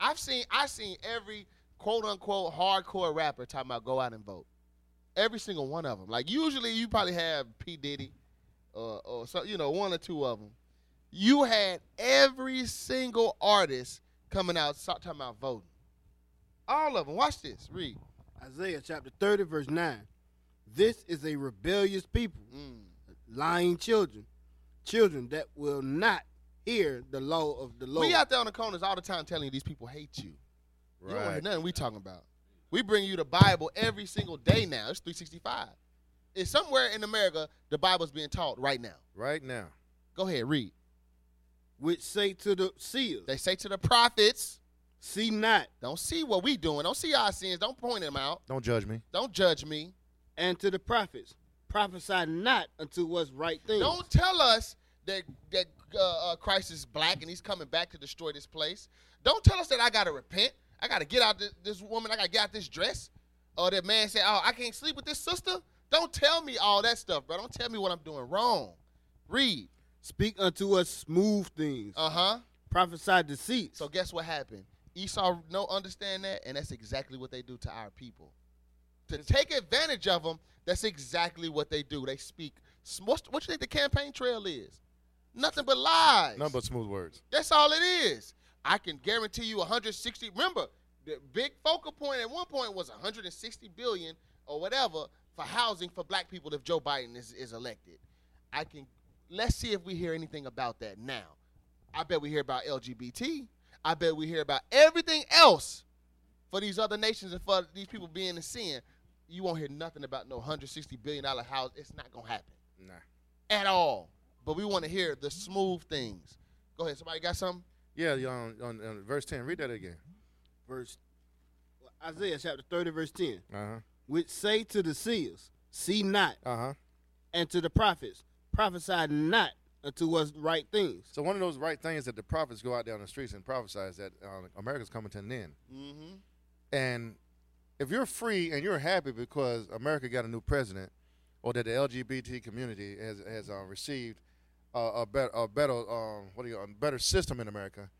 Speaker 2: I've seen I seen every quote unquote hardcore rapper talking about go out and vote. Every single one of them. Like usually you probably have P Diddy, or or so you know one or two of them. You had every single artist coming out so- talking about voting. All of them. Watch this. Read.
Speaker 7: Isaiah chapter 30, verse 9. This is a rebellious people,
Speaker 2: Mm.
Speaker 7: lying children, children that will not hear the law of the Lord.
Speaker 2: We out there on the corners all the time telling you these people hate you. You don't hear
Speaker 5: Right.
Speaker 2: nothing we talking about. We bring you the Bible every single day now. It's 365. It's somewhere in America the Bible's being taught right now.
Speaker 5: Right now.
Speaker 2: Go ahead, read.
Speaker 7: which say to the seers,
Speaker 2: They say to the prophets,
Speaker 7: see not,
Speaker 2: don't see what we doing. Don't see our sins. Don't point them out.
Speaker 5: Don't judge me.
Speaker 2: Don't judge me.
Speaker 7: and to the prophets, prophesy not unto what's right thing.
Speaker 2: Don't tell us that that uh, uh, Christ is black and he's coming back to destroy this place. Don't tell us that I gotta repent. I gotta get out this, this woman. I gotta get out this dress. Or that man said, "Oh, I can't sleep with this sister." Don't tell me all that stuff, bro. Don't tell me what I'm doing wrong. Read.
Speaker 7: Speak unto us smooth things.
Speaker 2: Uh huh.
Speaker 7: prophesy deceit.
Speaker 2: So guess what happened? Esau no understand that, and that's exactly what they do to our people. To take advantage of them, that's exactly what they do. They speak. sm- What's, what you think the campaign trail is? Nothing but lies.
Speaker 5: Nothing but smooth words.
Speaker 2: That's all it is. I can guarantee you 160. Remember, the big focal point at one point was 160 billion or whatever for housing for black people if Joe Biden is, is elected. I can let's see if we hear anything about that now. I bet we hear about LGBT. I bet we hear about everything else for these other nations and for these people being in sin. You won't hear nothing about no 160 billion dollar house. It's not gonna happen
Speaker 5: Nah.
Speaker 2: at all. But we want to hear the smooth things. Go ahead. Somebody got something?
Speaker 5: Yeah, you on, on, on verse 10. Read that again.
Speaker 7: verse Isaiah chapter 30, verse 10,
Speaker 2: Uh-huh.
Speaker 5: Uh
Speaker 7: which say to the seers, see not,
Speaker 5: huh. Uh huh.
Speaker 7: and to the prophets, prophesy not unto what's right things.
Speaker 5: So one of those right things that the prophets go out there on the streets and prophesize that uh, America's coming to an end.
Speaker 2: Mm-hmm.
Speaker 5: And if you're free and you're happy because America got a new president, or that the LGBT community has has uh, received uh, a better a better um, what do you a better system in America,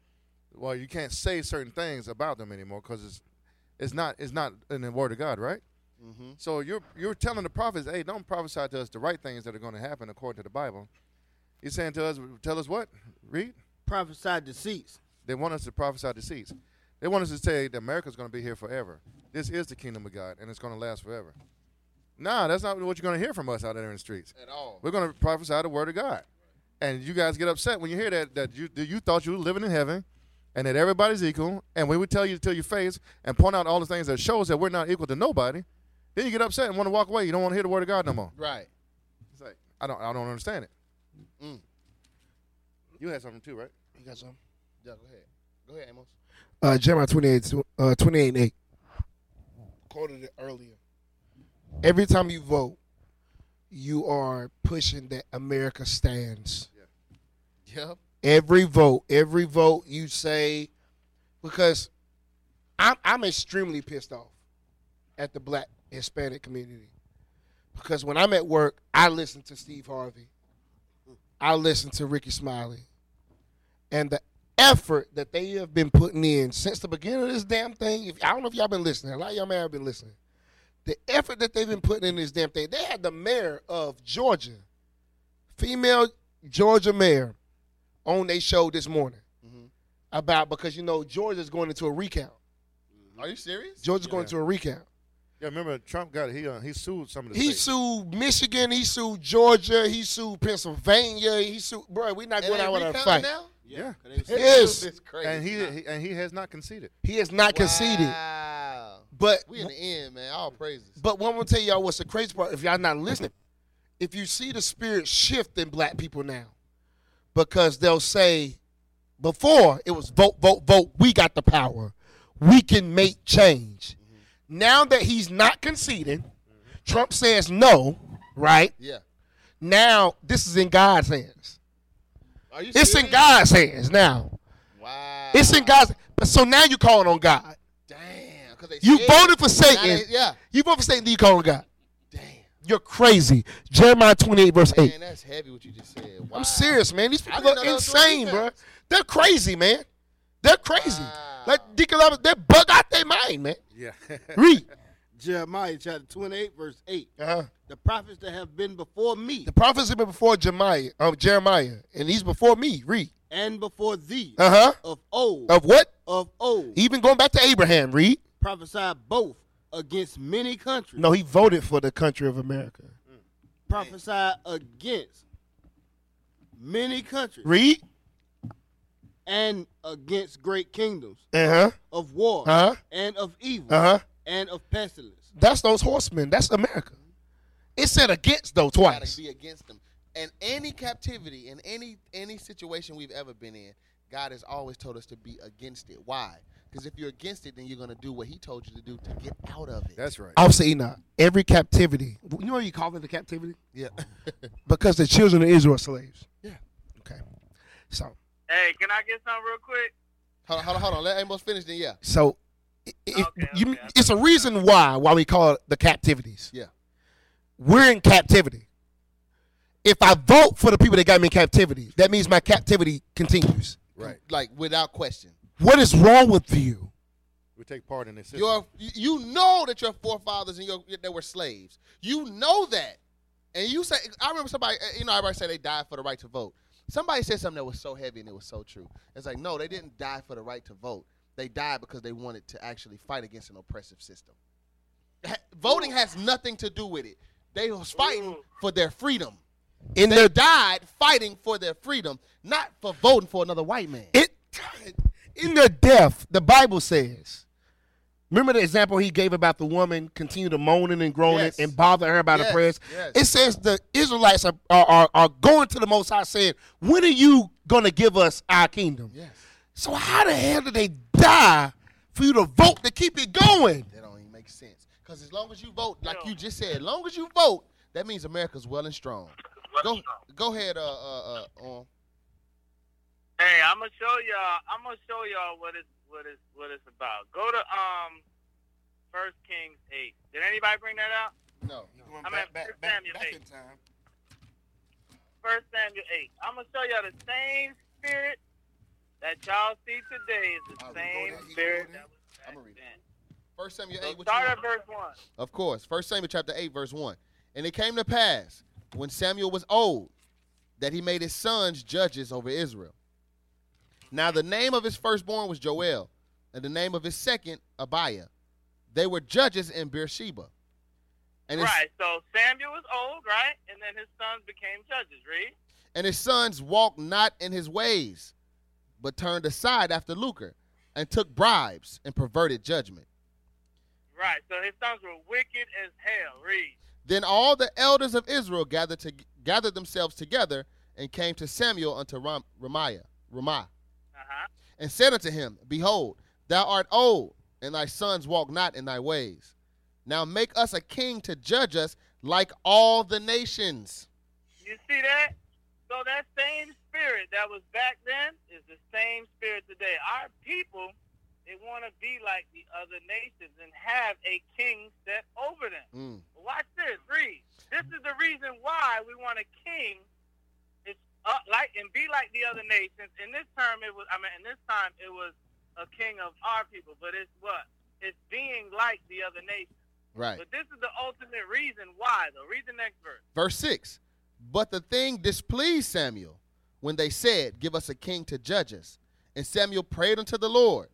Speaker 5: well you can't say certain things about them anymore because it's it's not it's not in the Word of God, right?
Speaker 2: Mm-hmm.
Speaker 5: So you're you're telling the prophets, hey, don't prophesy to us the right things that are going to happen according to the Bible. You're saying to us, tell us what? Read.
Speaker 7: Prophesy deceits.
Speaker 5: They want us to prophesy deceits. They want us to say that America's going to be here forever. This is the kingdom of God, and it's going to last forever. Nah, that's not what you're going to hear from us out there in the streets.
Speaker 2: At all.
Speaker 5: We're going to prophesy the word of God. And you guys get upset when you hear that that you that you thought you were living in heaven and that everybody's equal. And when we tell you to your face and point out all the things that shows that we're not equal to nobody, then you get upset and want to walk away. You don't want to hear the word of God no more.
Speaker 2: Right.
Speaker 5: It's like I don't I don't understand it.
Speaker 2: Mm.
Speaker 5: You had something too, right?
Speaker 1: You got something?
Speaker 2: Yeah, go ahead. Go ahead, Amos.
Speaker 1: Uh, Jeremiah 28, uh, 28 and 8. Quoted it earlier. Every time you vote, you are pushing that America stands.
Speaker 2: Yep.
Speaker 1: Every vote, every vote you say, because I'm, I'm extremely pissed off at the black Hispanic community. Because when I'm at work, I listen to Steve Harvey, I listen to Ricky Smiley, and the effort that they have been putting in since the beginning of this damn thing. If I don't know if y'all been listening, a lot of y'all may have been listening. The effort that they've been putting in this damn thing. They had the mayor of Georgia, female Georgia mayor, on their show this morning about because you know Georgia's going into a recount.
Speaker 2: Are you serious?
Speaker 1: Georgia's going to a recount.
Speaker 5: Yeah, remember Trump got he uh, he sued some of the
Speaker 1: He
Speaker 5: states.
Speaker 1: sued Michigan. He sued Georgia. He sued Pennsylvania. He sued, bro. We're not
Speaker 2: It
Speaker 1: going
Speaker 2: ain't
Speaker 1: out with a
Speaker 2: recounting
Speaker 1: fight.
Speaker 2: now?
Speaker 5: Yeah.
Speaker 1: Yes.
Speaker 2: It's crazy.
Speaker 5: And he, he and he has not conceded.
Speaker 1: He has not conceded.
Speaker 2: Wow.
Speaker 1: But
Speaker 2: We in the end, man. All praises.
Speaker 1: but one will tell y'all what's the crazy part. If y'all not listening, if you see the spirit shift in black people now, because they'll say, before it was vote, vote, vote. We got the power. We can make change. Now that he's not conceding, Trump says no. Right
Speaker 2: Yeah.
Speaker 1: now, this is in God's hands.
Speaker 2: Are you
Speaker 1: It's
Speaker 2: serious?
Speaker 1: in God's hands now.
Speaker 2: Wow.
Speaker 1: It's in God's. But so now you're calling on God.
Speaker 2: Damn. 'cause they
Speaker 1: You
Speaker 2: scared.
Speaker 1: voted for
Speaker 2: Now they-
Speaker 1: Satan.
Speaker 2: Yeah.
Speaker 1: You voted for Satan. Then you calling on God. You're crazy. Jeremiah 28 verse 8.
Speaker 2: Man, that's heavy what you just said. Wow.
Speaker 1: I'm serious, man. These people
Speaker 2: didn't know
Speaker 1: are
Speaker 2: they was doing
Speaker 1: insane, bro.
Speaker 2: defense.
Speaker 1: They're crazy, man. They're crazy.
Speaker 2: Wow.
Speaker 1: Like Deacon Love, they bug out their mind, man.
Speaker 5: Yeah.
Speaker 1: Read.
Speaker 7: Jeremiah chapter 28, verse 8.
Speaker 1: Uh-huh.
Speaker 7: The prophets that have been before me
Speaker 1: The prophets have been before Jeremiah, um, Jeremiah, and he's before me. Read.
Speaker 7: and before thee
Speaker 1: Uh huh.
Speaker 7: of old,
Speaker 1: Of what?
Speaker 7: of old,
Speaker 1: Even going back to Abraham. Read.
Speaker 7: prophesied both against many countries,
Speaker 1: No, he voted for the country of America.
Speaker 7: prophesied against many countries,
Speaker 1: Read.
Speaker 7: and against great kingdoms
Speaker 1: Uh huh.
Speaker 7: of war
Speaker 1: Uh-huh.
Speaker 7: and of evil
Speaker 1: Uh huh.
Speaker 7: and of pestilence.
Speaker 1: That's those horsemen. That's America. It said against though
Speaker 2: gotta
Speaker 1: twice.
Speaker 2: be against them. And any captivity, in any any situation we've ever been in, God has always told us to be against it. Why? Because if you're against it, then you're gonna do what He told you to do to get out of it.
Speaker 5: That's right.
Speaker 1: I'll say not. Every captivity. You know what you call it the captivity?
Speaker 2: yeah.
Speaker 1: Because the children of Israel are slaves.
Speaker 2: Yeah.
Speaker 1: Okay. So
Speaker 8: Hey, can I get something real quick?
Speaker 2: hold on, hold on, hold on. Let Amos finish. Then yeah.
Speaker 1: so i- if
Speaker 8: Okay,
Speaker 1: you,
Speaker 8: okay, I
Speaker 1: it's a reason why why we call it the captivities.
Speaker 2: Yeah.
Speaker 1: We're in captivity. If I vote for the people that got me in captivity, that means my captivity continues.
Speaker 5: Right.
Speaker 2: Like without question,
Speaker 1: What is wrong with you?
Speaker 5: We take part in this. system.
Speaker 2: your you- you know that your forefathers and your they were slaves. You know that, and you say I remember somebody. eh, You know, everybody said they died for the right to vote. Somebody said something that was so heavy and it was so true. It's like no, they didn't die for the right to vote. They died because they wanted to actually fight against an oppressive system. Ha- Voting has nothing to do with it. They was fighting
Speaker 8: Ooh.
Speaker 2: for their freedom.
Speaker 1: In
Speaker 2: They
Speaker 1: their
Speaker 2: died fighting for their freedom, not for voting for another white man.
Speaker 1: it in their death, the Bible says. Remember the example he gave about the woman continue to moaning and groaning
Speaker 2: Yes.
Speaker 1: and bothering her about
Speaker 2: Yes,
Speaker 1: her prayers.
Speaker 2: yes.
Speaker 1: It says the Israelites are, are, are, are going to the Most High saying, when are you going to give us our kingdom?
Speaker 2: Yes.
Speaker 1: So how the hell did they die for you to vote to keep it going?
Speaker 2: That don't even make sense. Because as long as you vote, like you just said, as long as you vote, that means America's well and strong. Go, go ahead. Uh, uh, uh, on.
Speaker 8: Hey, I'm gonna show y'all. I'm gonna show y'all what it's what it's what it's about. Go to um, First Kings eight. Did anybody bring that out?
Speaker 2: No.
Speaker 8: I'm at First Samuel eight. First Samuel eight. I'm gonna show y'all the same spirit that y'all see today is the
Speaker 2: All right, we go
Speaker 8: same
Speaker 2: there, you go
Speaker 8: spirit
Speaker 2: there.
Speaker 8: that was back
Speaker 2: I'ma read it.
Speaker 8: then.
Speaker 2: First Samuel
Speaker 8: So
Speaker 2: eight. What you
Speaker 8: start
Speaker 2: want?
Speaker 8: at verse one.
Speaker 2: Of course. First Samuel chapter 8, verse 1. And it came to pass when Samuel was old that he made his sons judges over Israel. Now the name of his firstborn was Joel, and the name of his second, Abiah. They were judges in Beersheba. And his,
Speaker 8: right. So Samuel was old, right? And then his sons became judges. Read.
Speaker 2: and his sons walked not in his ways, but turned aside after lucre, and took bribes and perverted judgment.
Speaker 8: Right. So his sons were wicked as hell. Read.
Speaker 2: Then all the elders of Israel gathered to gathered themselves together and came to Samuel unto Ram, Ramiah, Ramah, and said unto him, Behold, thou art old, and thy sons walk not in thy ways. Now make us a king to judge us like all the nations.
Speaker 8: You see that? So that same spirit that was back then is the same spirit today. Our people, they want to be like the other nations and have a king set over them.
Speaker 2: Mm.
Speaker 8: But Watch this, read. This is the reason why we want a king. It's uh, like and be like the other nations. In this term, it was. I mean, in this time, it was a king of our people. But it's what? It's being like the other nations.
Speaker 2: Right.
Speaker 8: But this is the ultimate reason why. Though, read the next verse.
Speaker 2: Verse 6 But the thing displeased Samuel when they said, Give us a king to judge us. And Samuel prayed unto the Lord.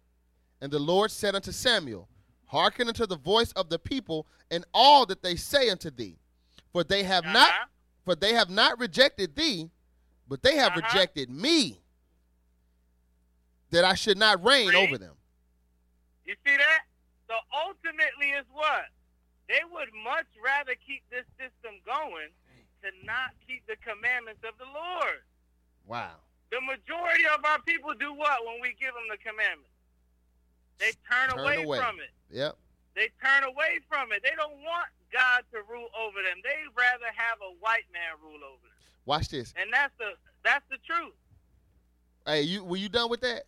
Speaker 2: And the Lord said unto Samuel, Hearken unto the voice of the people and all that they say unto thee. For they have not for they have not rejected thee, but they have rejected me, that I should not reign over them.
Speaker 8: You see that? So ultimately, is what they would much rather keep this system going to not keep the commandments of the Lord.
Speaker 2: Wow.
Speaker 8: The majority of our people do what when we give them the commandments? They turn,
Speaker 2: Turn
Speaker 8: away,
Speaker 2: away.
Speaker 8: from it.
Speaker 2: Yep.
Speaker 8: They turn away from it. They don't want God to rule over them. They'd rather have a white man rule over them.
Speaker 2: Watch this.
Speaker 8: And that's the that's the truth.
Speaker 2: Hey, you were you done with that?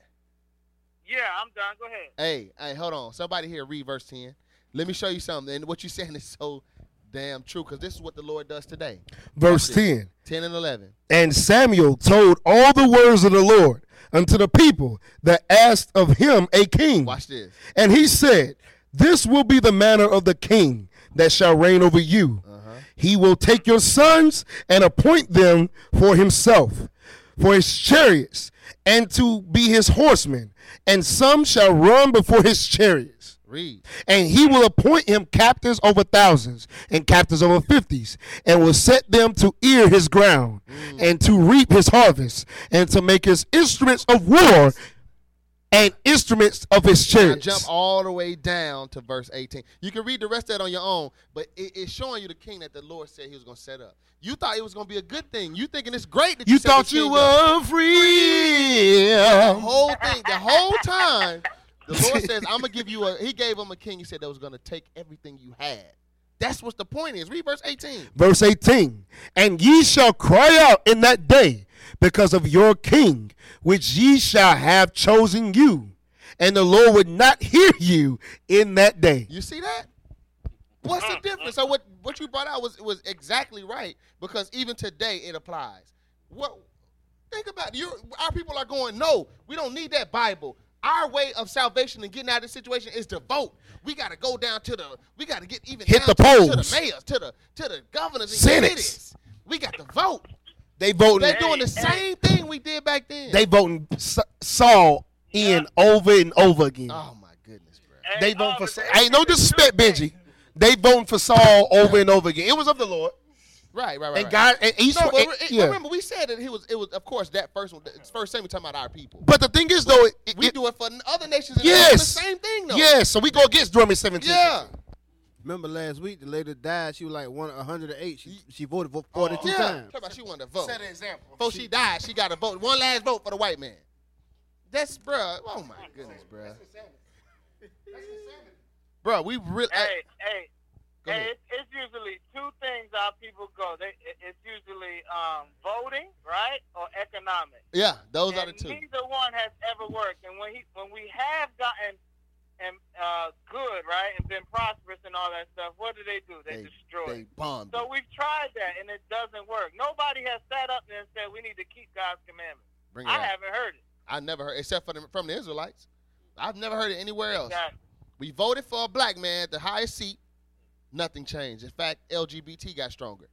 Speaker 8: Yeah, I'm done. Go ahead.
Speaker 2: Hey, hey, hold on. Somebody here read verse 10. Let me show you something. And what you're saying is so damn true because this is what the Lord does today.
Speaker 1: Verse
Speaker 2: Watch this.
Speaker 1: 10.
Speaker 2: 10 and 11.
Speaker 1: And Samuel told all the words of the Lord unto the people that asked of him a king.
Speaker 2: Watch this.
Speaker 1: And he said, This will be the manner of the king that shall reign over you.
Speaker 2: Uh-huh.
Speaker 1: He will take your sons and appoint them for himself, for his chariots, and to be his horsemen. And some shall run before his chariots.
Speaker 2: Read.
Speaker 1: And he will appoint him captains over thousands and captains over fifties, and will set them to ear his ground,
Speaker 2: Mm.
Speaker 1: and to reap his harvest, and to make his instruments of war and instruments of his
Speaker 2: Now
Speaker 1: chariots.
Speaker 2: jump all the way down to verse 18. You can read the rest of that on your own, but it, it's showing you the king that the Lord said he was going to set up. You thought it was going to be a good thing. You thinking it's great that you,
Speaker 1: You
Speaker 2: set the
Speaker 1: thought you
Speaker 2: king up.
Speaker 1: were free.
Speaker 2: The whole thing, the whole time, the Lord says, I'm gonna give you a he gave him a king, he said that was gonna take everything you had. That's what the point is. Read verse 18.
Speaker 1: Verse 18 And ye shall cry out in that day because of your king, which ye shall have chosen you. And the Lord would not hear you in that day.
Speaker 2: You see that? What's the difference? So what what you brought out was was exactly right because even today it applies. What think about you our people are going, no, we don't need that Bible. Our way of salvation and getting out of this situation is to vote. We got to go down to the. We got to get even
Speaker 1: Hit
Speaker 2: down
Speaker 1: the
Speaker 2: to, to
Speaker 1: polls.
Speaker 2: the mayors, to the to the governors, and
Speaker 1: Senates.
Speaker 2: cities. We got to vote.
Speaker 1: They voting.
Speaker 2: They're doing the same thing we did back then.
Speaker 1: They voting Sa- Saul in over and over again.
Speaker 2: oh my goodness, bro.
Speaker 1: They voting for Saul. Ain't no disrespect, Benji. They voting for Saul over and over again. It was of the Lord.
Speaker 2: Right, right, right.
Speaker 1: And
Speaker 2: right.
Speaker 1: God, and each
Speaker 2: no, but
Speaker 1: and-
Speaker 2: re- it-
Speaker 1: yeah.
Speaker 2: remember we said that he was. It was of course that first one. It's first thing we talking about our people.
Speaker 1: But the thing is, though, it, it,
Speaker 2: we
Speaker 1: it-
Speaker 2: do it for other nations. And they doing the
Speaker 1: yes,
Speaker 2: same thing though.
Speaker 1: yes. So we go against Roman seventeen.
Speaker 2: yeah.
Speaker 7: Remember last week, the lady died. She was like one 108. She, she voted for 42
Speaker 2: Oh, Yeah.
Speaker 7: times.
Speaker 2: Talk about she wanted to vote.
Speaker 5: Set an example.
Speaker 2: Before she died, she got a vote. One last vote for the white man. That's bruh. Oh my goodness, bruh. Bruh, we really.
Speaker 8: hey, hey,
Speaker 2: Go
Speaker 8: hey,
Speaker 2: ahead.
Speaker 8: it's, it's usually two things our people go. They, it- it's usually um, voting, right, or economic.
Speaker 2: Yeah, those
Speaker 8: and
Speaker 2: are the two.
Speaker 8: Neither one has ever worked. And when he, when we have gotten and uh, good, right, and been prosperous and all that stuff, what do they do? They,
Speaker 2: They-
Speaker 8: destroy.
Speaker 2: They bombed.
Speaker 8: so we've tried that, and it doesn't work. Nobody has sat up there and said we need to keep God's commandments.
Speaker 2: Bring it
Speaker 8: I
Speaker 2: out.
Speaker 8: haven't heard it.
Speaker 2: I never heard except for the, from the Israelites. I've never heard it anywhere else.
Speaker 8: That-
Speaker 2: We voted for a black man at the highest seat. Nothing changed. In fact, LGBT got stronger.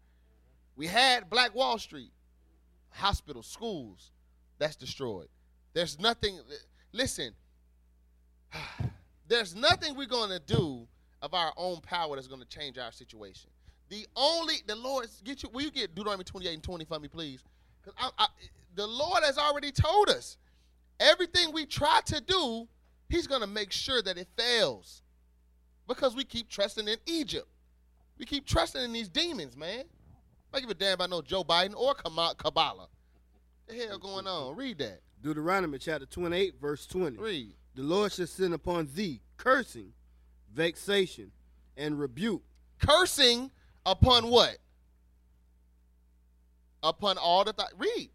Speaker 2: We had Black Wall Street, hospitals, schools. That's destroyed. There's nothing. Listen, there's nothing we're going to do of our own power that's going to change our situation. The only the Lord get you. Will you get Deuteronomy twenty eight and twenty for me, please? Because I, I, the Lord has already told us everything we try to do, He's gonna make sure that it fails, because we keep trusting in Egypt. We keep trusting in these demons, man. I give a damn about no Joe Biden or Kama- Kabbalah. The hell going on? Read that.
Speaker 7: Deuteronomy chapter 28, verse 20.
Speaker 2: Read.
Speaker 7: The Lord shall send upon thee cursing, vexation, and rebuke.
Speaker 2: Cursing upon what? Upon all the th- read.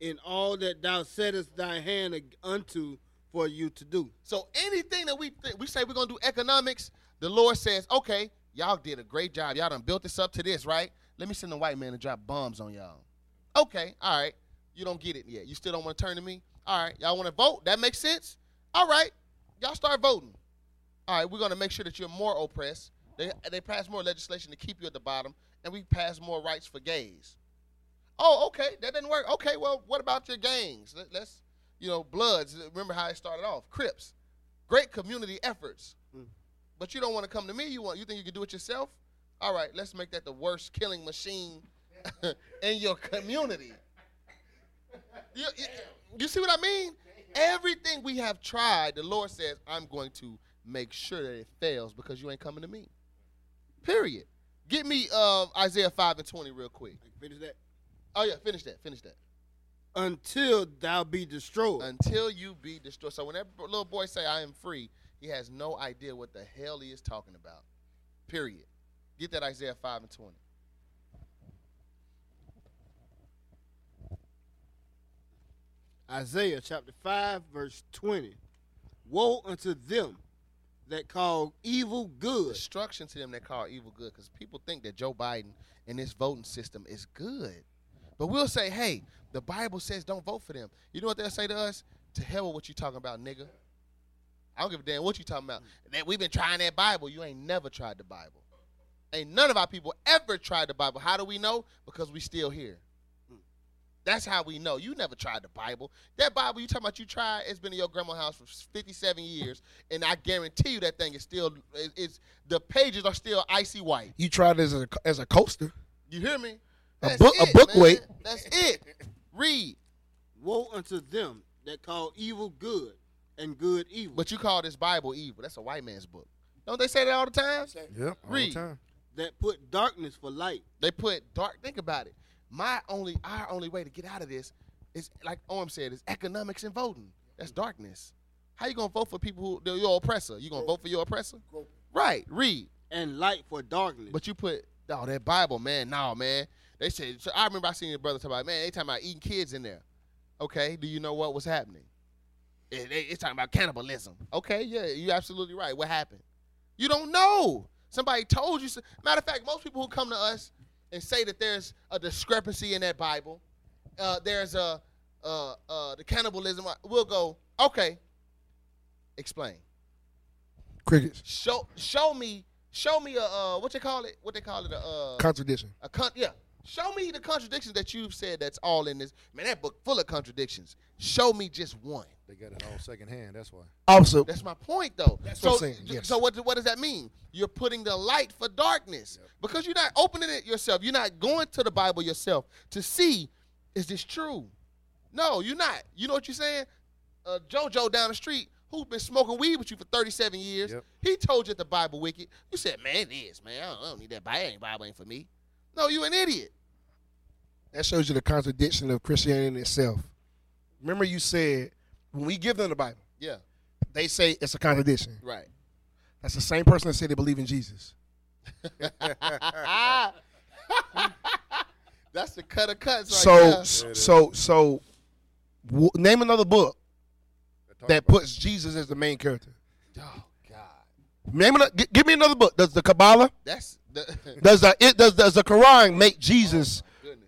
Speaker 7: In all that thou settest thy hand ag- unto for you to do.
Speaker 2: So anything that we think we say we're gonna do economics, the Lord says, okay, y'all did a great job. Y'all done built this up to this, right? Let me send a white man to drop bombs on y'all. Okay, all right. You don't get it yet. You still don't want to turn to me? All right, y'all want to vote? That makes sense? All right, y'all start voting. All right, we're gonna make sure that you're more oppressed. They they pass more legislation to keep you at the bottom, and we pass more rights for gays. Oh, okay, that didn't work. Okay, well, what about your gangs? Let, let's, you know, Bloods. Remember how it started off? Crips, great community efforts.
Speaker 7: Mm.
Speaker 2: But you don't want to come to me. You want you think you can do it yourself? All right, let's make that the worst killing machine in your community. You, you, you see what I mean? Everything we have tried, the Lord says, I'm going to make sure that it fails because you ain't coming to me. Period. Get me uh, Isaiah 5 and 20 real quick.
Speaker 7: Finish that.
Speaker 2: Oh, yeah, finish that. Finish that.
Speaker 7: Until thou be destroyed.
Speaker 2: Until you be destroyed. So when that b- little boy say, I am free, he has no idea what the hell he is talking about. Period. Get that Isaiah 5 and 20.
Speaker 7: Isaiah chapter 5, verse 20. Woe unto them that call evil good.
Speaker 2: Destruction to them that call evil good because people think that Joe Biden and this voting system is good. But we'll say, hey, the Bible says don't vote for them. You know what they'll say to us? To hell with what you talking about, nigga. I don't give a damn what you talking about. That we've been trying that Bible. You ain't never tried the Bible. Ain't none of our people ever tried the Bible. How do we know? Because we still here. That's how we know. You never tried the Bible. That Bible you talking about you tried, it's been in your grandma's house for 57 years, and I guarantee you that thing is still, it- it's, the pages are still icy white.
Speaker 1: You tried as a as a coaster.
Speaker 2: You hear me?
Speaker 1: A book- a book
Speaker 2: man.
Speaker 1: weight.
Speaker 2: That's it. Read.
Speaker 7: Woe unto them that call evil good and good evil.
Speaker 2: But you call this Bible evil. That's a white man's book. Don't they say that all the time?
Speaker 5: Yep. all the
Speaker 2: Read.
Speaker 5: time.
Speaker 7: that put darkness for light.
Speaker 2: They put dark. Think about it. My only, our only way to get out of this is, like Orm said, is economics and voting. That's darkness. How you gonna vote for people who they're your oppressor? You gonna vote for your oppressor? Right. Read.
Speaker 7: and light for darkness.
Speaker 2: But you put oh that Bible, man. No, man. They said. So I remember I seen your brother talk about man. They talking about eating kids in there. Okay. Do you know what was happening? It, it- it's talking about cannibalism. Okay. Yeah. You're absolutely right. What happened? You don't know. Somebody told you. so- Matter of fact, most people who come to us and say that there's a discrepancy in that Bible, uh, there's a uh, uh, the cannibalism. We'll go. Okay. Explain
Speaker 1: Crickets.
Speaker 2: show show me show me a uh, what they call it what they call it a uh,
Speaker 1: Contradiction.
Speaker 2: a con- yeah show me the contradictions that you've said that's all in this man that book full of contradictions show me just one
Speaker 5: They got it all secondhand. That's why.
Speaker 1: Also,
Speaker 2: that's my point though so
Speaker 1: what I'm saying,
Speaker 2: j-
Speaker 1: yes.
Speaker 2: so what what does that mean you're putting the light for darkness because you're not opening it yourself you're not going to the bible yourself to see is this true no you're not you know what you're saying uh, JoJo down the street who's been smoking weed with you for 37 years.
Speaker 5: Yep.
Speaker 2: He told you that the Bible wicked. You said, man, it is, man. I don't, I don't need that Bible. Ain't Bible ain't for me. No, you an idiot.
Speaker 1: that shows you the contradiction of Christianity itself. Remember, you said when we give them the Bible,
Speaker 2: Yeah,
Speaker 1: they say it's a contradiction.
Speaker 2: right.
Speaker 1: That's the same person that said they believe in Jesus.
Speaker 2: That's the cut of cuts right
Speaker 1: so,
Speaker 2: there.
Speaker 1: so, so, so, w- name another book that puts Jesus as the main character.
Speaker 2: oh, God.
Speaker 1: Name another, g- give me another book. Does the Kabbalah,
Speaker 2: That's the...
Speaker 1: does the it, does, does the Quran make Jesus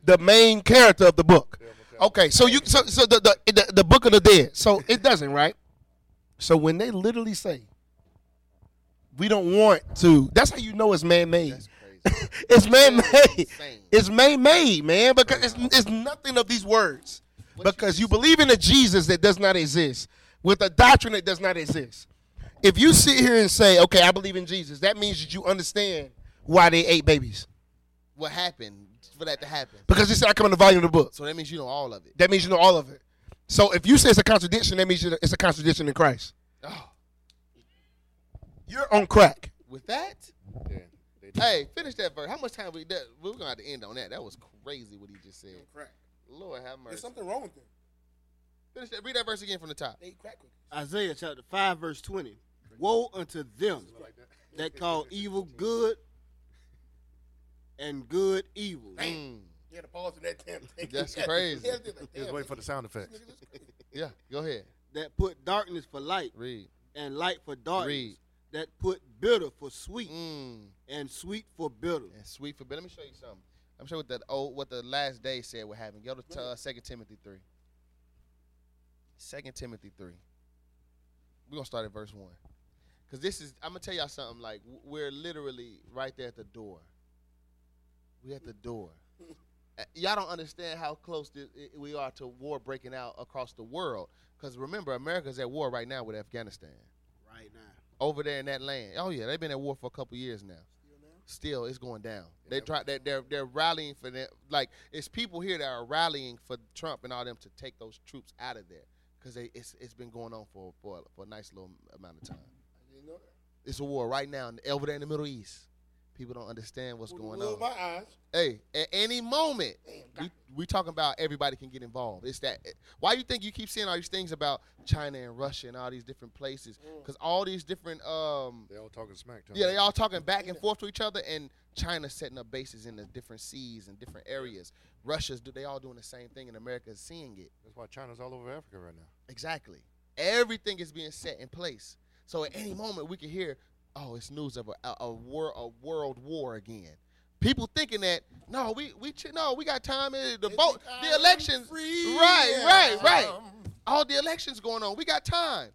Speaker 1: the main character of the book? Okay, so you so so the the, the, the book of the dead. So it doesn't, right? So when they literally say, "We don't want to," that's how you know it's man made.
Speaker 2: That's crazy.
Speaker 1: It's man made.
Speaker 2: Insane.
Speaker 1: It's man made, man, because it's, it's nothing of these words. Because you believe in a Jesus that does not exist, with a doctrine that does not exist. If you sit here and say, okay, I believe in Jesus, that means that you understand why they ate babies.
Speaker 2: What happened for that to happen?
Speaker 1: Because it's not coming in the volume of the book.
Speaker 2: So that means you know all of it.
Speaker 1: That means you know all of it. So if you say it's a contradiction, that means you it's a contradiction in Christ. You're on crack.
Speaker 2: Ah. With that? Hey, finish that verse. How much time we that we're gonna have to end on that. That was crazy what he just said.
Speaker 11: Crack.
Speaker 2: Lord have mercy.
Speaker 11: There's something wrong with them.
Speaker 2: Finish that. Read that verse again from the top.
Speaker 11: They eat crack cookies.
Speaker 7: Isaiah chapter 5, verse 20. Woe unto them that call evil good and good evil.
Speaker 2: Mm.
Speaker 11: You had to pause in that damn thing.
Speaker 2: That's
Speaker 11: Yeah,
Speaker 2: crazy.
Speaker 11: yeah, they're like,
Speaker 5: Just
Speaker 11: damn,
Speaker 5: waiting for the sound effects.
Speaker 11: nigga, this crazy.
Speaker 2: Yeah, go ahead.
Speaker 7: That put darkness for light
Speaker 2: Read.
Speaker 7: and light for darkness.
Speaker 2: Read.
Speaker 7: That put bitter for sweet
Speaker 2: Mm.
Speaker 7: and sweet for bitter.
Speaker 2: And sweet for Let me show you something. Let me show you what the old, what the last day said would happen. Go to t- uh, 2 Timothy 3. 2 Timothy 3. We're going to start at verse 1. Because this is, I'm going to tell y'all something. Like, w- we're literally right there at the door. We're at the door. Uh, y'all don't understand how close thi- i- we are to war breaking out across the world. Because remember, America's at war right now with Afghanistan
Speaker 7: Right now.
Speaker 2: over there in that land. Oh yeah, they've been at war for a couple years now. Still, it's going down. They try. They, they're they're rallying for them. Like it's people here that are rallying for Trump and all them to take those troops out of there because it's it's been going on for for for a nice little amount of time.
Speaker 11: You know that.
Speaker 2: It's a war right now in- over there in the Middle East. People don't understand what's
Speaker 11: Would've
Speaker 2: going
Speaker 11: rolled
Speaker 2: on.
Speaker 11: my eyes.
Speaker 2: Hey, at any moment, we we talking about everybody can get involved. It's that. eh, Why you think you keep seeing all these things about China and Russia and all these different places?
Speaker 11: Mm.
Speaker 2: Because all these different um,
Speaker 5: They all talking smack to
Speaker 2: yeah, they all talking back and forth to each other, and China setting up bases in the different seas and different areas. Russia's do they all doing the same thing, and America's seeing it.
Speaker 5: That's why China's all over Africa right now.
Speaker 2: Exactly. Everything is being set in place. So at any moment we could hear, oh, it's news of a, a, a war, a world war again. People thinking that no, we we ch- no, we got time. eh, The vote,
Speaker 11: think
Speaker 2: the
Speaker 11: I'm
Speaker 2: elections,
Speaker 11: free
Speaker 2: right, right,
Speaker 11: and
Speaker 2: right.
Speaker 11: I'm-
Speaker 2: All the elections going on. We got time.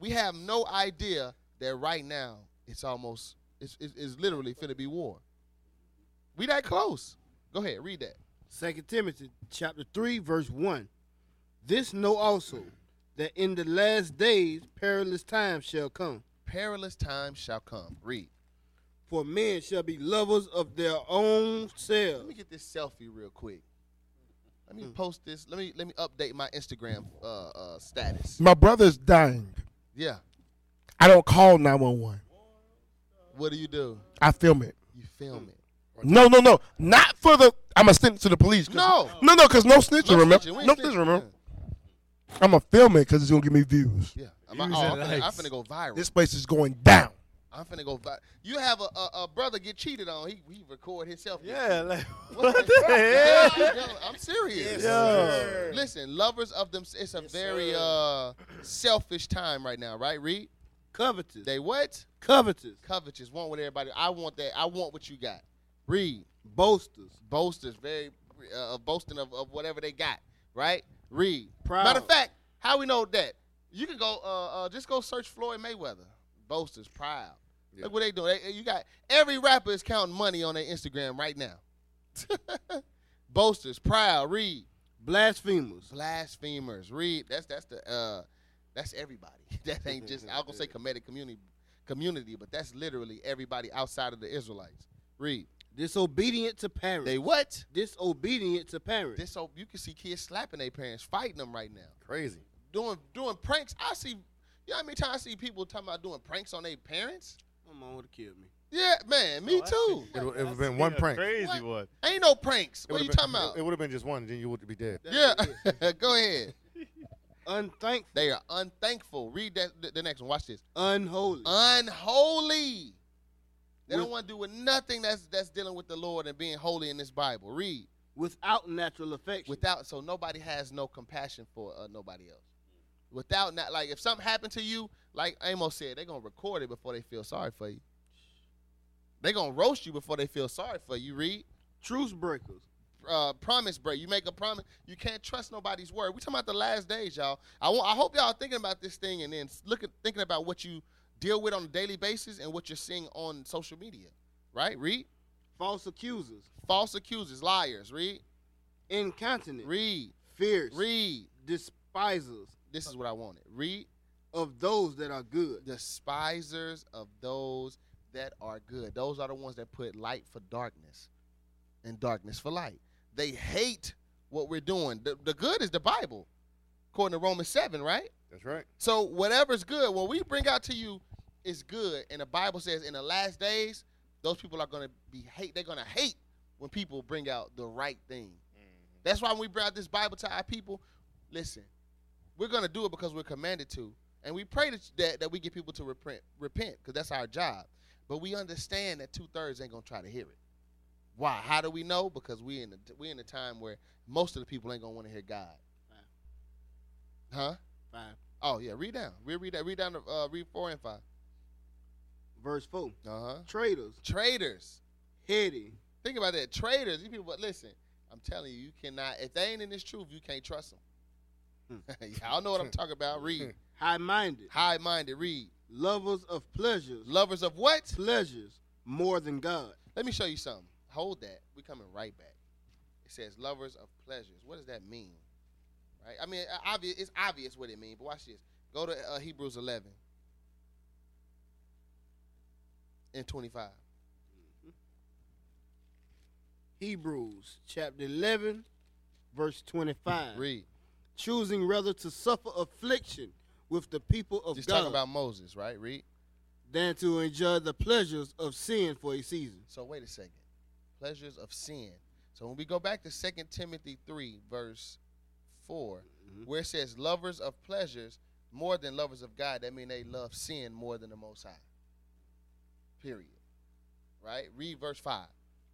Speaker 2: We have no idea that right now it's almost it's it's, it's literally finna be war. We that close. Go ahead, read that.
Speaker 7: Second Timothy chapter three verse one. This know also that in the last days perilous times shall come.
Speaker 2: Perilous times shall come. Read.
Speaker 7: For men shall be lovers of their own
Speaker 2: Let me
Speaker 7: selves. Hmm.
Speaker 2: get this selfie real quick. Let me post this. Let me let me update my Instagram uh, uh, status.
Speaker 1: My brother's dying.
Speaker 2: Yeah.
Speaker 1: I don't call 911.
Speaker 2: What do you do?
Speaker 1: I film it.
Speaker 2: You
Speaker 7: Hmm.
Speaker 2: film it.
Speaker 1: No, no, no. Not for the. I'm going to send it to the police. 'cause-
Speaker 2: No.
Speaker 1: No, no, because no snitching,
Speaker 2: No
Speaker 1: remember?
Speaker 2: snitching. We ain't
Speaker 1: No snitching,
Speaker 2: snitching.
Speaker 1: remember? I'm going to film it because it's going to give me views.
Speaker 2: Yeah. I'm, oh,
Speaker 3: Views
Speaker 2: I'm,
Speaker 3: and
Speaker 2: finna, I'm
Speaker 3: likes.
Speaker 2: finna go viral.
Speaker 1: This place is going down.
Speaker 2: I'm finna go viral. You have a, a, a brother get cheated on. He, he record himself.
Speaker 3: Yeah, like
Speaker 2: What
Speaker 3: what
Speaker 2: the
Speaker 3: the hell?
Speaker 2: I'm serious.
Speaker 3: sir.
Speaker 2: Listen, lovers of them. It's a very uh selfish time right now, right? Read.
Speaker 7: Covetous.
Speaker 2: They what?
Speaker 7: covetous.
Speaker 2: Covetous. Want what everybody. I want that. I want what you got. Read.
Speaker 7: Boasters.
Speaker 2: boasters, very uh, boasting of, of whatever they got, right? Read.
Speaker 7: Proud.
Speaker 2: Matter of fact, how we know that? You can go, uh, uh, just go search Floyd Mayweather. Boasters, proud. Look what they doing. They- you got every rapper is counting money on their Instagram right now. boasters, proud. Read.
Speaker 7: Blasphemers.
Speaker 2: Blasphemers. Read. That's that's the uh, that's everybody. That ain't just. I was gonna say comedic community community, but that's literally everybody outside of the Israelites. Read.
Speaker 7: Disobedient to parents.
Speaker 2: They what?
Speaker 7: Disobedient to parents.
Speaker 2: This so you can see kids slapping their parents, fighting them right now,
Speaker 5: Crazy.
Speaker 2: doing doing pranks. I see, you know how many times I see people talking about doing pranks on their parents?
Speaker 7: My mom would have killed me.
Speaker 2: Yeah, man, me too.
Speaker 5: It would have been one prank. It
Speaker 3: Crazy
Speaker 2: What?
Speaker 3: one.
Speaker 2: Ain't no pranks. What
Speaker 5: would've
Speaker 2: you
Speaker 5: been-
Speaker 2: talking about?
Speaker 5: It would have been just one, then you would be dead.
Speaker 2: yeah, go ahead.
Speaker 7: Unthankful.
Speaker 2: They are unthankful. Read that the, the next one. Watch this.
Speaker 7: Unholy.
Speaker 2: Unholy. They don't
Speaker 7: With-
Speaker 2: want to do with nothing that's that's dealing with the Lord and being holy in this Bible. Read
Speaker 7: without natural affection.
Speaker 2: without so nobody has no compassion for uh, nobody else. Without not like if something happened to you, like Amos said, they're gonna record it before they feel sorry for you. They're gonna roast you before they feel sorry for you. Read
Speaker 7: truce breakers.
Speaker 2: uh, promise break. You make a promise. You can't trust nobody's word. We talking about the last days, y'all. I want. I hope y'all thinking about this thing and then look at thinking about what you deal with on a daily basis and what you're seeing on social media. Right? Read
Speaker 7: False accusers.
Speaker 2: false accusers, liars. Read,
Speaker 7: Incontinent.
Speaker 2: read,
Speaker 7: fierce.
Speaker 2: read.
Speaker 7: despisers
Speaker 2: This is what I wanted. Read.
Speaker 7: of those that are good.
Speaker 2: despisers of those that are good. Those are the ones that put light for darkness and darkness for light. They hate what we're doing. The, the good is the Bible, according to Romans 7, right?
Speaker 5: That's right.
Speaker 2: So whatever's good, what we bring out to you is good. And the Bible says in the last days, those people are gonna be hate. They're gonna hate when people bring out the right thing. That's why when we bring out this Bible to our people, listen, we're gonna do it because we're commanded to, and we pray that that, that we get people to repent, repent, because that's our job. But we understand that two thirds ain't gonna try to hear it. Why? How do we know? Because we in the, we in a time where most of the people ain't gonna want to hear God. Huh?
Speaker 7: Five.
Speaker 2: Oh yeah, read down. Read read that. Read down to uh, read four and five.
Speaker 7: Verse four.
Speaker 2: Uh huh.
Speaker 7: Traitors.
Speaker 2: Traitors.
Speaker 7: Heady.
Speaker 2: Think about that. Traitors. These people. Listen, I'm telling you, you cannot. If they ain't in this truth, you can't trust
Speaker 7: Hmm.
Speaker 2: them. Y'all know what I'm talking about. Read.
Speaker 7: High minded.
Speaker 2: High minded. Read.
Speaker 7: Lovers of pleasures.
Speaker 2: Lovers of what?
Speaker 7: Pleasures more than God.
Speaker 2: Let me show you something. Hold that. We coming right back. It says lovers of pleasures. What does that mean? Right. I mean, uh, obvious. It's obvious what it means. But watch this. Go to uh, Hebrews 11 and 25.
Speaker 7: Hebrews chapter 11, verse 25.
Speaker 2: Hmm. Read.
Speaker 7: Choosing rather to suffer affliction with the people of
Speaker 2: Just
Speaker 7: God
Speaker 2: talking about Moses, right? Read.
Speaker 7: than to enjoy the pleasures of sin for a season.
Speaker 2: So wait a second. Pleasures of sin. So when we go back to 2 Timothy 3, verse 4,
Speaker 7: Mm-hmm.
Speaker 2: where it says lovers of pleasures more than lovers of God, that means they love sin more than the Most High. Period. Right? Read verse 5.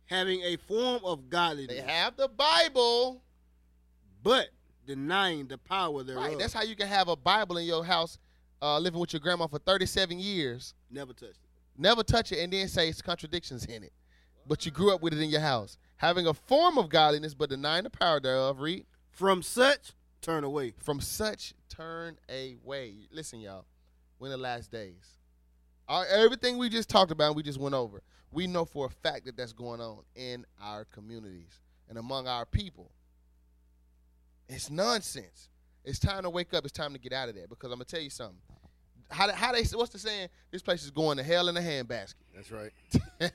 Speaker 7: Having a form of godliness,
Speaker 2: They have the Bible.
Speaker 7: but denying the power thereof.
Speaker 2: Right. That's how you can have a Bible in your house, uh, living with your grandma for 37 years,
Speaker 7: Never touched it.
Speaker 2: never touch it, and then say it's contradictions in it. But you grew up with it in your house. Having a form of godliness, but denying the power thereof. Read.
Speaker 7: From such, turn away.
Speaker 2: from such turn away. Listen, y'all, we're in the last days. Our, everything we just talked about, we just went over. We know for a fact that that's going on in our communities and among our people. It's nonsense. It's time to wake up. It's time to get out of there because I'm gonna tell you something. How, they- how they what's the saying? This place is going to hell in a handbasket.
Speaker 5: That's right.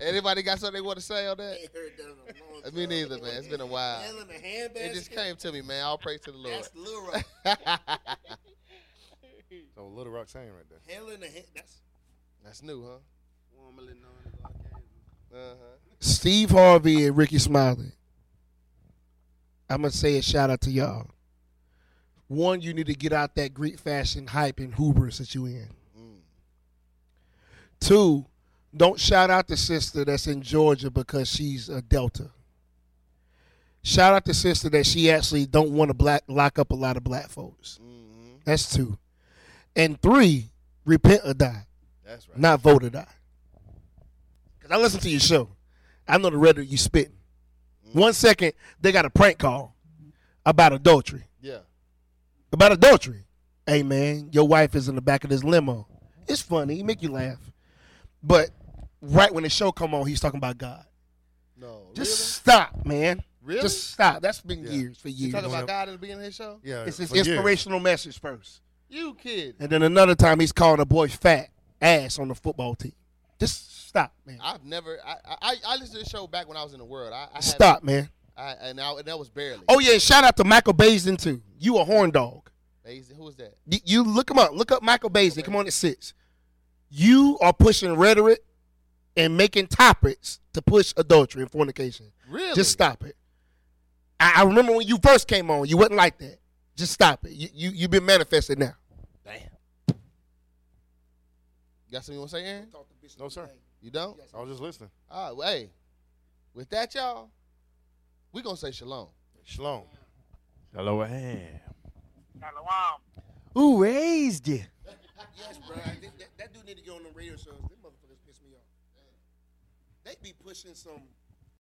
Speaker 2: Anybody got something they want to say on that?
Speaker 11: ain't heard that in a long time.
Speaker 2: Me neither, man. It's been a while.
Speaker 11: Hell in a handbasket.
Speaker 2: It just came to me, man. All praise to the Lord.
Speaker 11: That's Lil Rock.
Speaker 5: So Little Rock saying right there.
Speaker 11: Hell in a hand. That's
Speaker 2: That's new, huh? Uh-huh.
Speaker 7: Formerly known as Arkansas.
Speaker 1: Steve Harvey and Ricky Smiley. I'm gonna say a shout out to y'all. One, you need to get out that Greek fashion hype and hubris that you in.
Speaker 5: Mm.
Speaker 1: Two, don't shout out the sister that's in Georgia because she's a Delta. Shout out the sister that she actually don't want to black lock up a lot of black folks.
Speaker 5: Mm-hmm.
Speaker 1: That's two. And three, repent or die,
Speaker 5: That's right.
Speaker 1: not vote or die. Cause I listen to your show. I know the rhetoric you spitting. One second, they got a prank call about adultery.
Speaker 2: Yeah.
Speaker 1: About adultery. Hey man, your wife is in the back of this limo. It's funny, it make you laugh. But right when the show come on, he's talking about God.
Speaker 2: No.
Speaker 1: Just stop, man.
Speaker 2: Really?
Speaker 1: Just stop. That's been
Speaker 5: Yeah.
Speaker 1: years for
Speaker 2: really?
Speaker 1: years.
Speaker 2: You talking about God at the beginning of his show?
Speaker 5: Yeah.
Speaker 1: it's his
Speaker 5: for years.
Speaker 1: inspirational message first.
Speaker 2: You kid.
Speaker 1: And then another time he's calling a boy fat ass on the football team. Just stop, man.
Speaker 2: I've never. I, I- I I listened to the show back when I was in the world. I, I haven't-
Speaker 1: Stop, man.
Speaker 2: I, and, I, and that was barely.
Speaker 1: Oh yeah, shout out to Michael Basin too. You a horn dog.
Speaker 2: Amazing. Who was that?
Speaker 1: You, you look him up. Look up Michael Basin. Come on at six. You are pushing rhetoric and making topics to push adultery and fornication.
Speaker 2: Really?
Speaker 1: Just stop it. I, I remember when you first came on, you wasn't like that. Just stop it. You you you've been manifested now.
Speaker 2: Got something you want to say, Aaron?
Speaker 5: No sir.
Speaker 2: You don't?
Speaker 5: I was just listening.
Speaker 2: All right. Well, hey, with that, y'all, we gonna say shalom.
Speaker 5: Shalom.
Speaker 3: Hello, hey.
Speaker 8: Shalom.
Speaker 3: Who raised you?
Speaker 11: yes, bro. I think that, that dude need to go on the radio shows. Them motherfuckers piss me off. They be pushing some